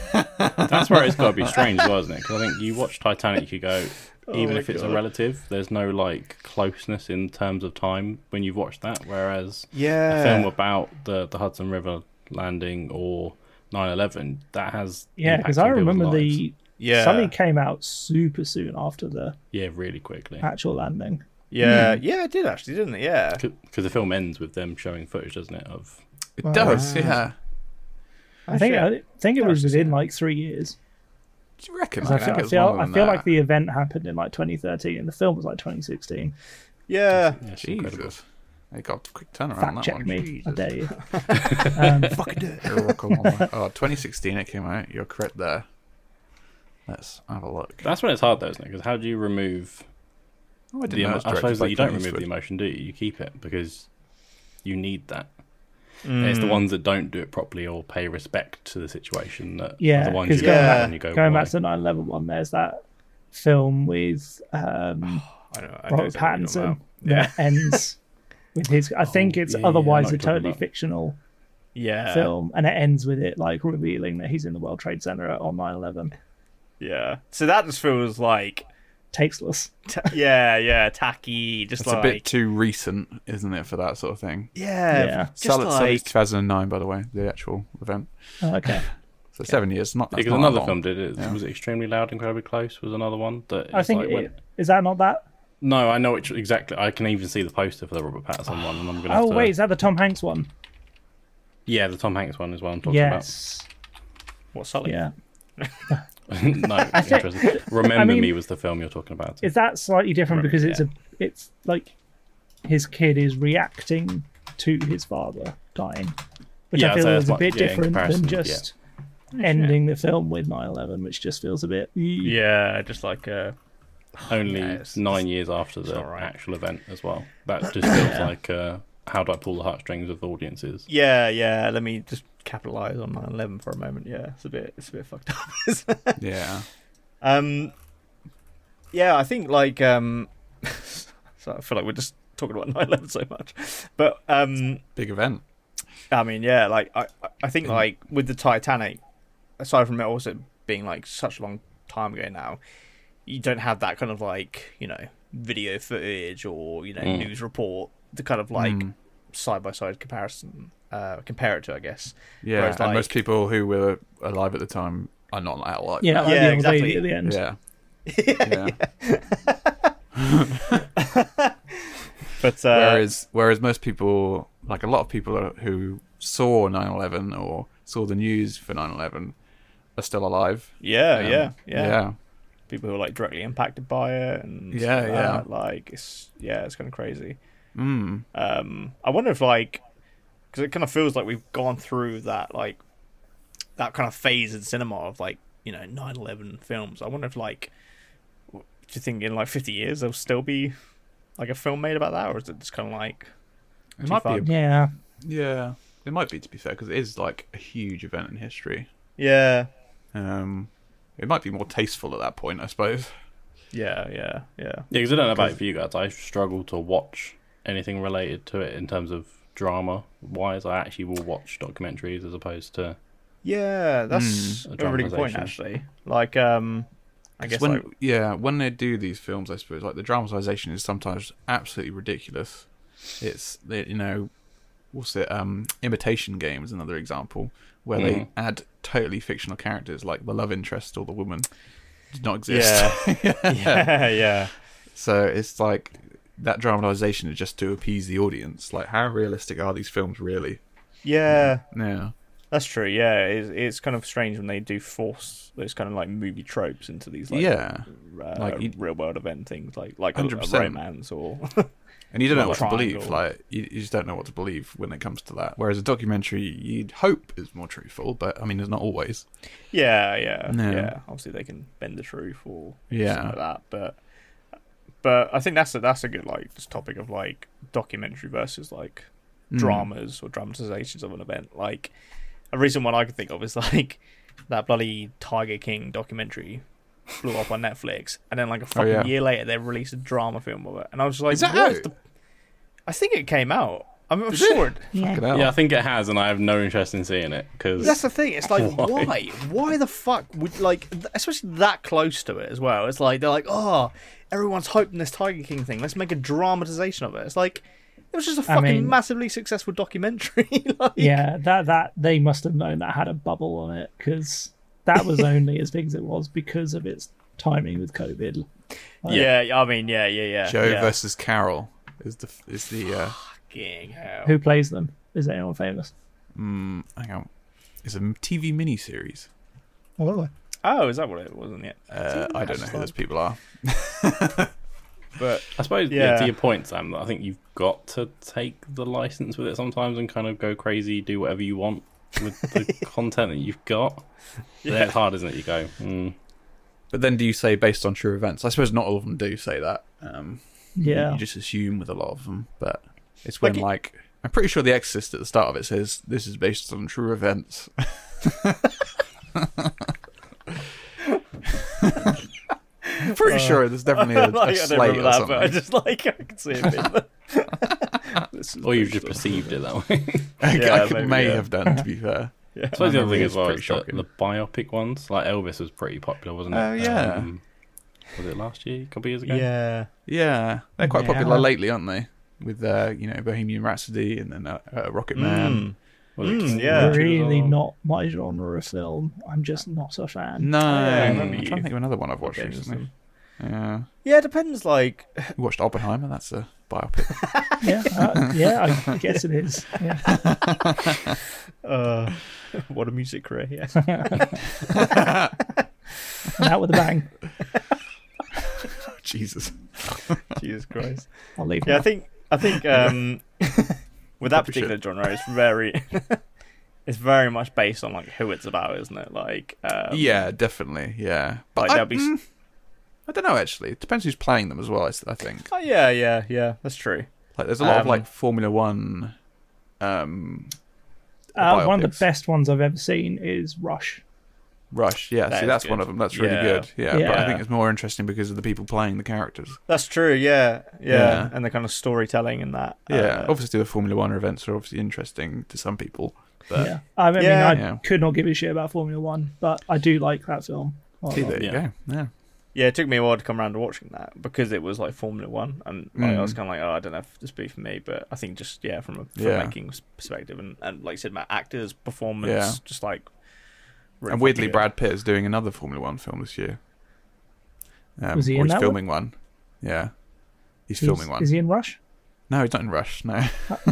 That's where it's got to be strange, wasn't it? Because I think you watch Titanic, you go, even my if it's a God. relative, there's no like closeness in terms of time when you've watched that. Whereas Uh, yeah. a film about the, the Hudson River landing or 9-11, that has Yeah, impact because I on people's remember lives. the yeah. Sully came out super soon after the yeah really quickly. actual landing. Hmm. yeah. Yeah, it did actually, didn't it? Yeah. because the film ends with them showing footage, doesn't it? Of It Wow. does. Yeah. I think shit. I think it Oh, was Interesting. within like three years. Do you reckon? 'Cause I feel, think I it's feel, longer I than feel that. like the event happened in like 2013 and the film was like 2016. Yeah. yeah, it's incredible. Jesus. They got a quick turnaround. Fact on that check one. me, I Jesus. dare you. um, fucking do it. oh, 2016 it came out. You're correct there. Let's have a look. That's when it's hard though, isn't it? Because how do you remove Oh, I, didn't the know it emo- was I directed suppose by that you don't Clint remove the Eastwood. emotion, do you? You keep it because you need that. And Mm. It's the ones that don't do it properly or pay respect to the situation that Yeah, are the ones 'cause you go back yeah, and you go going why? back to the 9/11 one, there's that film with um, I know, I know Robert exactly what you're Pattinson talking that ends with his. I think it's yeah, yeah, I know otherwise what a you're talking totally about. fictional yeah, film, Um, and it ends with it like revealing that he's in the World Trade Center on 9/11. yeah. So that just feels like, Tasteless. ta yeah, yeah, tacky. Just It's like a bit too recent, isn't it, for that sort of thing? yeah, Yeah. just Solid, like 2009, by the way, the actual event. Oh, okay, So seven years. Not that's Because not that another long. film did it. Yeah. Was it extremely loud, incredibly close? Was another one that I it's think like, it- when- is that not that? No, I know it exactly. I can even see the poster for the Robert Patterson one, and I'm gonna. have Oh to, wait, is that the Tom Hanks one? yeah, the Tom Hanks one is what I'm talking Yes. what Sully? Yeah. about. no, interesting. Remember I mean- Me was the film you're talking about. Is that slightly different Right, because it's a it's like his kid is reacting to his father dying, which Yeah, I I'd feel say is that's a much- bit yeah, in different than comparison, yeah. just ending the film with 9/11, which just feels a bit. yeah, just like uh, Only Yeah, it's- nine years after the all right. actual event as well. That just feels like uh, how do I pull the heartstrings of the audiences? yeah, yeah. Let me just capitalize on 9/11 for a moment. Yeah, it's a bit, it's a bit fucked up. Isn't it? Yeah. Um, yeah, I think like um, so I feel like we're just talking about 9/11 so much, but um, Big event. I mean, yeah, like I, I- I think like with the Titanic, aside from it also being like such a long time ago now, you don't have that kind of like you know video footage or you know Mm. news report to kind of like Mm. side by side comparison uh compare it to, I guess. Yeah. whereas, And like- most people who were alive at the time are not like that. Yeah, like Yeah, the old exactly. lady at the end. Yeah. yeah. But uh, Whereas, whereas most people, like a lot of people who saw 9/11 or saw the news for 9/11, are still alive. yeah, Um, yeah, yeah, yeah, People who are like directly impacted by it, and Yeah, stuff like yeah. that, like it's yeah, it's kind of crazy. Mm. Um, I wonder if like because it kind of feels like we've gone through that like that kind of phase in cinema of like you know 9-11 films. I wonder if like w- do you think in like fifty years there'll still be like a film made about that, or is it just kind of like It might fun. be. a- Yeah. yeah, it might be to be fair because it is like a huge event in history. yeah, Um, it might be more tasteful at that point, I suppose. yeah, yeah, yeah, Yeah, because I don't know about for you guys. I struggle to watch anything related to it in terms of drama wise. I actually will watch documentaries as opposed to yeah? That's Mm, a really good point, dramatization. actually. Like, um, I guess when, like, yeah, when they do these films, I suppose like the dramatization is sometimes absolutely ridiculous. It's they- you know, what's it? Um, imitation game is another example where Mhm. Hmm. they add totally fictional characters like the love interest or the woman did not exist. yeah, yeah, yeah, So it's like that dramatization is just to appease the audience. Like, how realistic are these films really? yeah. Yeah, That's true. Yeah, it's, it's kind of strange when they do force those kind of like movie tropes into these like yeah, uh, Like, you- real world event things like like a- a, 100%. romance or and you don't know Well, what to believe. triangle. Like, you, you just don't know what to believe when it comes to that. Whereas a documentary, you'd hope is more truthful, but I mean, it's not always. yeah, yeah, No. yeah. Obviously, they can bend the truth or Yeah. something like that. But but I think that's a, that's a good like just topic of like documentary versus like Mm. dramas or dramatizations of an event. Like a recent one I could think of is like that bloody Tiger King documentary blew up on Netflix, and then like a fucking Oh, yeah. year later they released a drama film of it, and I was just like, Is that what out? the- I think it came out. I'm, I'm sure. It... Yeah. Fucking hell. Yeah, I think it has, and I have no interest in seeing it because That's the thing. It's like Why? why? why? the fuck would like th- especially that close to it as well? It's like they're like, oh, everyone's hyping this Tiger King thing. Let's make a dramatization of it. It's like it was just a I fucking mean- massively successful documentary. like, Yeah, that that they must have known that had a bubble on it because that was only as big as it was because of its timing with COVID. yeah, I mean, yeah, yeah, yeah. Joe yeah. versus Carol is the is the uh, Fucking hell. Who plays them? Is anyone famous? mm, hang on, it's a TV miniseries. Oh, is that what it was in the end? Uh, I don't know who those people are. But I suppose yeah. Yeah. to your point, Sam. that I think you've got to take the license with it sometimes and kind of go crazy, do whatever you want with the content that you've got. Yeah. It's hard, isn't it? You go. Mm. But then, do you say based on true events? I suppose not all of them do say that. Um, you- Yeah. you just assume with a lot of them. But it's when Like like, it- I'm pretty sure the Exorcist at the start of it says this is based on true events. I'm pretty sure there's definitely a, a like, I don't slate remember or that, but Uh, I something. just like I can see it. being- This is Or you've very just perceived it that way. I, Yeah, I could- maybe, may yeah. have done, to be fair. Yeah. I suppose the other thing Yeah, as it's well pretty is that shocking. the biopic ones, like Elvis was pretty popular, wasn't it? Oh, yeah. Um, was it last year? A couple of years ago? Yeah. Yeah, they're quite Yeah. popular lately, aren't they? With uh, you know Bohemian Rhapsody and then uh, uh, Rocket Man. Mm. Was it Mm, Christine yeah. Richards or- really not my genre of film. I'm just not a fan. No, Oh, yeah, I I'm remember trying to you. think of another one I've watched Okay, recently. interesting. Yeah, Yeah, it depends. Like, you watched Oppenheimer. That's a biopic. Yeah, uh, yeah, I guess it is. Yeah. uh, what a music career. Yeah. And out with a bang. Jesus. Jesus Christ. I'll leave. Yeah, I now. think I think um, with that Probably should. particular genre, it's very it's very much based on like who it's about, isn't it? Like, um, yeah, definitely. Yeah, but like, I, there'll be s- mm, I don't know actually. It depends who's playing them as well. I s- I think Oh, yeah, yeah, yeah. That's true. like there's a lot of Um, like Formula One. Um, uh, one of biopics. the best ones I've ever seen is Rush. Rush, yeah. That see, is that's one good. of them. That's really Yeah. good. Yeah, but I Yeah. think it's more interesting because of the people playing the characters. That's true. Yeah, yeah, Yeah. and the kind of storytelling and that. Yeah, uh, obviously the Formula One events are obviously interesting to some people. But yeah, I mean, Yeah. I Yeah. could not give a shit about Formula One, but I do like that film. quite a Oh, see, lot. there you Yeah. go. Yeah, yeah. It took me a while to come around to watching that because it was like Formula One, and like, I Mm. was kind of like, oh, I don't know if this be for me, but I think just yeah, from a Yeah. filmmaking s perspective, and, and like I said, my actors' performance, Yeah. just like. really and weirdly, fucking Brad good. Pitt is doing another Formula One film this year. Um, Was he or in he's that one? filming one? Yeah, he's, He's- filming one. Is he in Rush? No, he's not in Rush. No,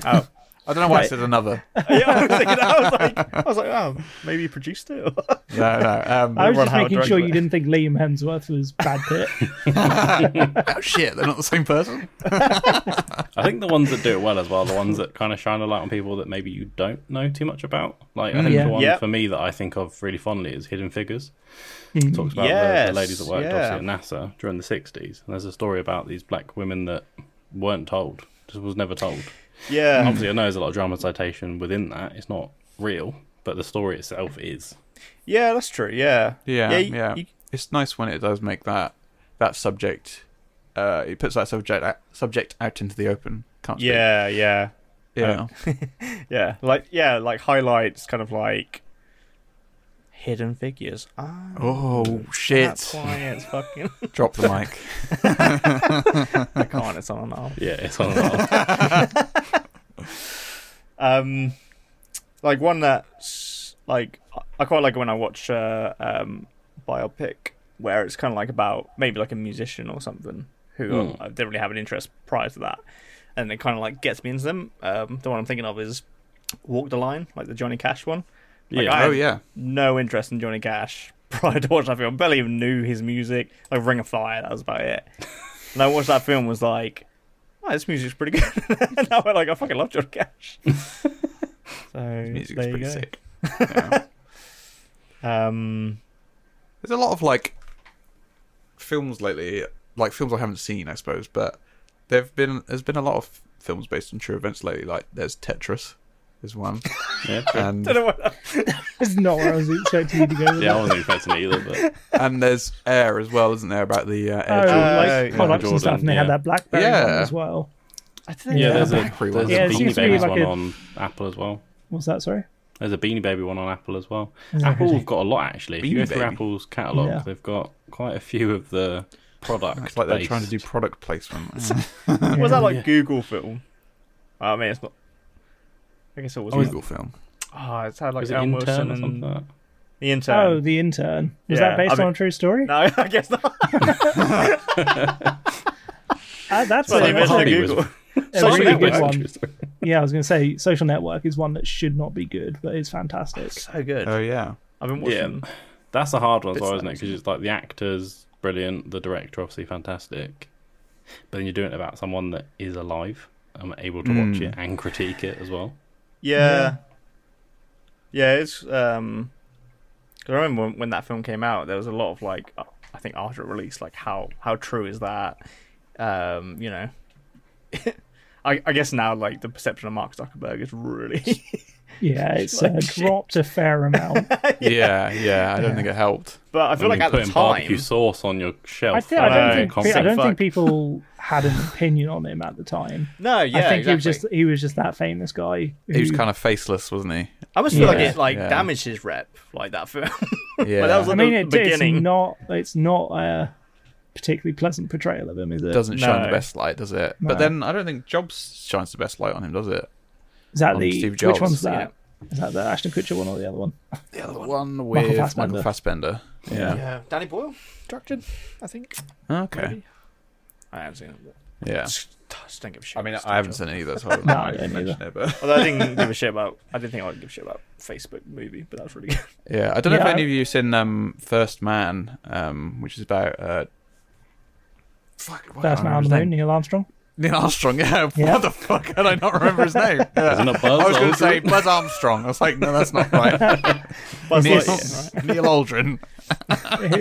Oh. I don't know why I Right. said another. yeah, I was thinking, I was like, I was like, oh, maybe you produced it. or- No, no. Um, I was just Ron Howard making sure directed you it. didn't think Liam Hemsworth was Brad Pitt. oh shit, they're not the same person. I think the ones that do it well as well, the ones that kind of shine a light on people that maybe you don't know too much about. Like I think Mm, Yeah. the one Yep. for me that I think of really fondly is Hidden Figures. Mhm. It talks about the- the, Yes, ladies that worked yeah. obviously at NASA during the sixties, and there's a story about these black women that weren't told, just was never told. yeah, Obviously, I know there's a lot of dramatization within that. It's not real, but the story itself is. yeah, that's true. Yeah, Yeah, you- yeah. you- It's nice when it does make that that subject. Uh, it puts that subject out, subject out into the open. Can't speak. yeah, yeah, yeah. yeah. Like, yeah, like highlights, kind of like hidden figures. Ah, Oh that's shit! why it's fucking. Drop the mic. I can't. It's on and off. Yeah, it's on. and off. Um, like one that's like I- I quite like when I watch uh, um biopic where it's kind of like about maybe like a musician or something who Mm. I didn't really have an interest prior to that, and it kind of like gets me into them. Um, the one I'm thinking of is Walk the Line, like the Johnny Cash one. Like, Yeah. I- Oh yeah. No interest in Johnny Cash prior to watching that film. Barely even knew his music. Like Ring of Fire, that was about it. And I watched that film, was like, oh, this music's pretty good. and I went like, I fucking love Johnny Cash. so Music's there you pretty go. sick. Yeah. Um, There's a lot of like films lately, like films I haven't seen, I suppose, but there've been there's been a lot of films based on true events lately. Like there's Tetris, is one, Yeah, and don't know what That's not where I was expecting you to go. With yeah, I that. wasn't expecting it either, but and there's Air as well, isn't there? About the uh, Oh, Air Jordan. like yeah, products and stuff, and they yeah. had that BlackBerry one Yeah. as well. I think yeah, Yeah. there's a Blackberry one. there's Yeah, a it Beanie seems to be Babies like one a- on Apple as well. What's that? Sorry. There's a Beanie Baby one on Apple as well. Oh, Apple's really? got a lot actually. If you Beanie go through Baby. Apple's catalogue, Yeah. they've got quite a few of the product. It's like they're trying to do based- product placement. Mm-hmm. was that like Yeah. Google film? I mean, it's not. I guess it was. Oh, is Oh, Google film. it's had like was it Elm intern Wilson or something? and like that? the intern. Oh, the intern. Was Yeah, that based I mean- on a true story? no, I guess not. Uh, that's Well, a, Simon that's they mentioned a, Hardy was- Google. a Social really good Network. one. Yeah, I was going to say Social Network is one that should not be good, but it's fantastic. So good. Oh yeah. I've been Uh, Yeah. watching. That's a hard one, as Bits well, of isn't it? that, Because it's like the actors brilliant, the director obviously fantastic, but then you're doing it about someone that is alive and able to watch Hmm. Mm. it and critique it as well. Yeah. Yeah, it's um 'cause I remember when, when that film came out, there was a lot of like uh, I think after it released, like how how true is that? Um, you know. I, I guess now like the perception of Mark Zuckerberg is really Yeah, it's uh, dropped a fair amount. yeah, yeah. I don't think it helped. but I feel I mean, like at the putting barbecue time sauce on your shelf. I, think, I Right. don't, think, I Concept. don't Fuck. think people had an opinion on him at the time. no yeah I think exactly. he was just he was just that famous guy. He was who- kind of faceless, wasn't he? I almost feel like Yeah. it like Yeah. damaged his rep like that film Yeah, that was I at mean, the it, it's beginning. not it's not a particularly pleasant portrayal of him, is it? doesn't shine No. the best light, does it? But No. then I don't think Jobs shines the best light on him, does it? Is that on the Steve which Jobs, one's yeah. that? Is that the Ashton Kutcher one or the other one? The other one with Michael Fassbender. Fassbender. Yeah. yeah Danny Boyle directed I think Okay. Maybe. I haven't seen it Yeah. stink of shit I mean, Stink I haven't of- seen it either, so I don't No, know I why you don't mentioned it. But although I didn't give a shit about I didn't think I would give a shit about Facebook movie but that's really good yeah, I don't know Yeah, if any I- of you have seen um, First Man, um, which is about. Uh, fuck. why can't First I man on remember the his moon, name? Neil Armstrong. Neil Armstrong. Yeah. Yeah. What the fuck? Can I not remember his name? Yeah. Isn't it I Buzz was going Aldrin? to say Buzz Armstrong. I was like, no, that's not right. Buzz Neil, Lightyear, right? Neil Aldrin.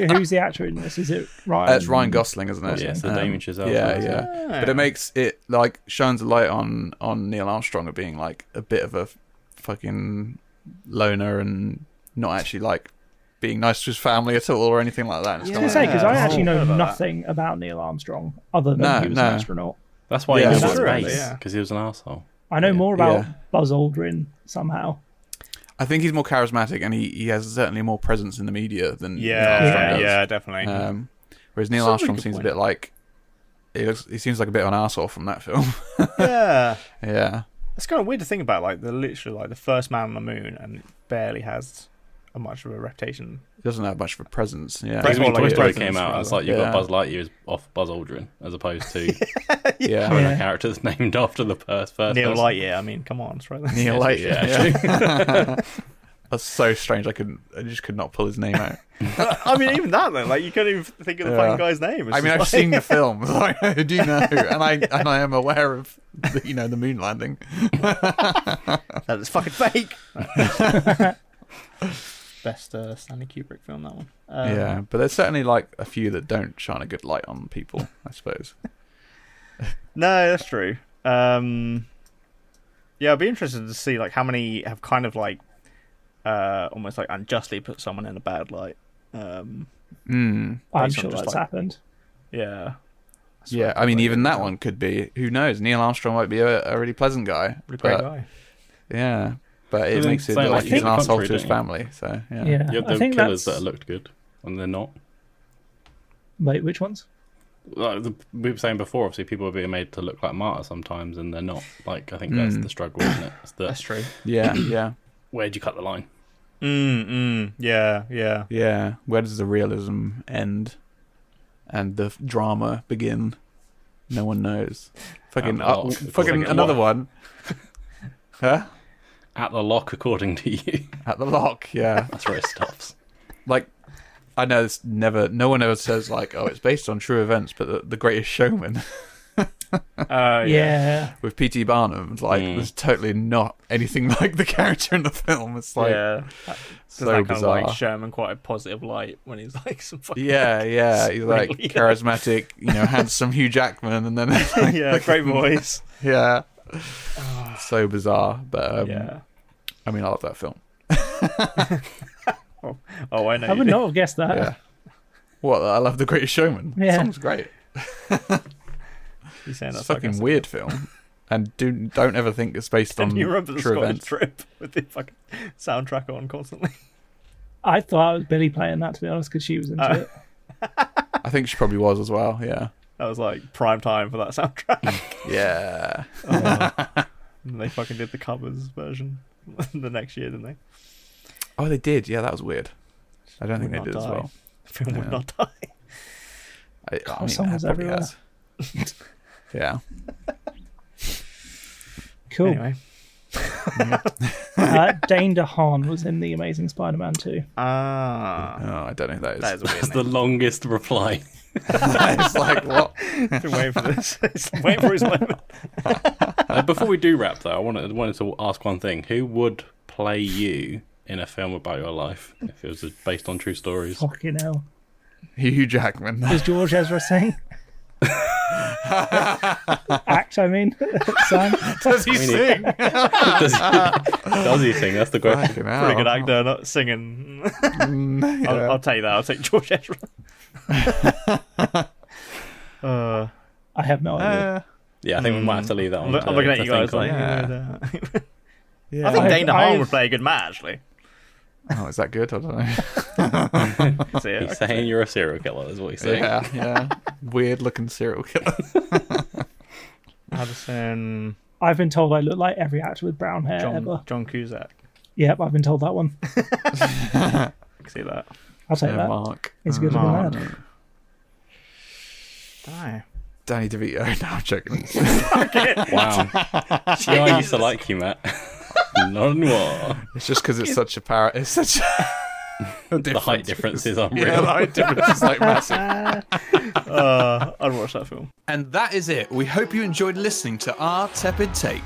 Who- Who's the actor in this? Is it Ryan? Uh, it's Ryan Gosling, isn't it? Um, Yeah, it's the Um, Damien Chazelle. Yeah, film, yeah. so- Ah. But it makes it like shines a light on on Neil Armstrong of being like a bit of a f- fucking loner and not actually like being nice to his family at all or anything like that. It's I was kinda going to say like, because I Yeah. actually know Oh, about that. nothing about Neil Armstrong other than No, he was no. an astronaut. That's why Yeah, he that's was true, in space yeah. because he was an asshole. I know more about Yeah. Buzz Aldrin somehow. I think he's more charismatic and he, he has certainly more presence in the media than Neil yeah, yeah, Armstrong definitely. does. Um, whereas Neil That's a really Armstrong good seems point. a bit like he looks he seems like a bit of an asshole from that film. yeah, yeah. it's kind of weird to think about. Like, they're literally like the first man on the moon, and it barely has a much of a reputation. He doesn't have much of a presence. Yeah. Because That's when more Toy like Story came Presence out, it's rather. like you Yeah. got Buzz Lightyear is off Buzz Aldrin as opposed to yeah. having Yeah. a character that's named after the first person. Neil Lightyear. I mean, come on, it's right there. Neil Yeah, Lightyear. it's Yeah, actually- That's so strange. I couldn't. I just could not pull his name out. I mean, even that though, like you couldn't even think of the Yeah. fucking guy's name. It's I mean, I've just seen the film. Like, I do know, and I and I am aware of the, you know the moon landing. like, that is fucking fake. Best uh, Stanley Kubrick film, that one. Um, yeah, but there's certainly like a few that don't shine a good light on people. I suppose. No, that's true. Um, yeah, I'd be interested to see like how many have kind of like uh, almost like unjustly put someone in a bad light. Um, Mm. I'm Based on sure just, that's like- happened. yeah. Yeah, I mean, even that one could be. Who knows? Neil Armstrong might be a, a really pleasant guy. Really great but- guy. Yeah, but it Doesn't makes it sound look like like he's he's an asshole contrary, to his don't you? family. So yeah. Yeah, You have I the think killers that's... that looked good, and they're not. Wait, which ones? Like the, we were saying before, obviously people are being made to look like martyrs sometimes, and they're not. Like I think that's Mm. the struggle, isn't it? It's That's that true. yeah, yeah, where do you cut the line? Mm, mm, yeah, yeah. Yeah, where does the realism end and the f- drama begin? No one knows. Um, Fucking, a uh, lot, w- because they fucking get another locked. one. huh? At the lock, according to you. At the lock, yeah. That's where it stops. Like, I know it's never, no one ever says, like, oh, it's based on true events, but the, the greatest showman Uh, yeah. with P.T. Barnum, like, Mm. there's totally not anything like the character in the film. It's like, yeah. That- so that kind bizarre. of like Sherman quite a positive light when he's like some fucking yeah, yeah, he's like Really? charismatic, you know, handsome Hugh Jackman, and then yeah, great voice. yeah, so bizarre. But um, yeah. I mean, I love that film. Oh, I know. I you would do. not have guessed Uh-huh. that. Yeah. What? I love The Greatest Showman. Yeah. Yeah. Song's great. You're saying It's a that's fucking sarcastic. weird film. And do, don't ever think it's based on Didn't you remember the true Scotland events. trip with the fucking soundtrack on constantly? I thought it was Billy playing that to be honest, because she was into Oh. it. I think she probably was as well. Yeah. That was like prime time for that soundtrack. Yeah. and they fucking did the covers version the next year, didn't they? Oh, they did. Yeah, that was weird. I don't think Would they not did as die. well. The film would Yeah. not die. I, God, I mean, songs it probably everywhere. has. yeah. Cool. Anyway, uh, Dane DeHaan was in the Amazing Spider-Man 2. ah, Oh, I don't know who that is. that is a weird. That's the longest reply. it's like what? I've been waiting for this. He's waiting for his moment. Uh, before we do wrap, though, I wanted wanted to ask one thing: Who would play you in a film about your life if it was based on true stories? Fucking hell. Hugh Jackman. Was George Ezra saying? act, I mean, sign. Does he mean, sing? does, he, does he sing? That's the question. Fucking Pretty hell. good actor, not singing. Mm, yeah. I'll, I'll take that. I'll take George Ezra. uh, I have no idea. Uh, Yeah, I think we might have to leave that I'm, one. loo- to- I'm looking to at you guys think on. like. Yeah. yeah. I think I've- Dana Hall I've- would play a good match, actually. oh, is that good? I don't know. Let's see, He's saying you're a serial killer, is what he's saying. yeah, yeah. Weird looking serial killer. Addison, I've been told I look like every actor with brown hair John, ever. John Cusack. Yep, I've been told that one. I can see that. I'll take Yeah, that. Mark. He's a good looking Mark. lad. Dunno. Danny DeVito. No, I'm joking. Wow. you know, I used to like you, Matt. Not anymore. It's just because it's such a parrot. It's such a. The height difference is unreal. Yeah, the height difference is like massive. Uh, I'd watch that film. And that is it. We hope you enjoyed listening to our tepid take.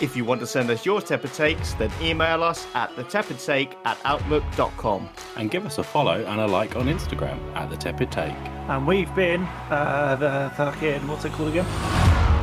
If you want to send us your tepid takes, then email us at thetepidtake at outlook.com. And give us a follow and a like on Instagram at the Tepid Take. And we've been uh, the fucking what's it called again?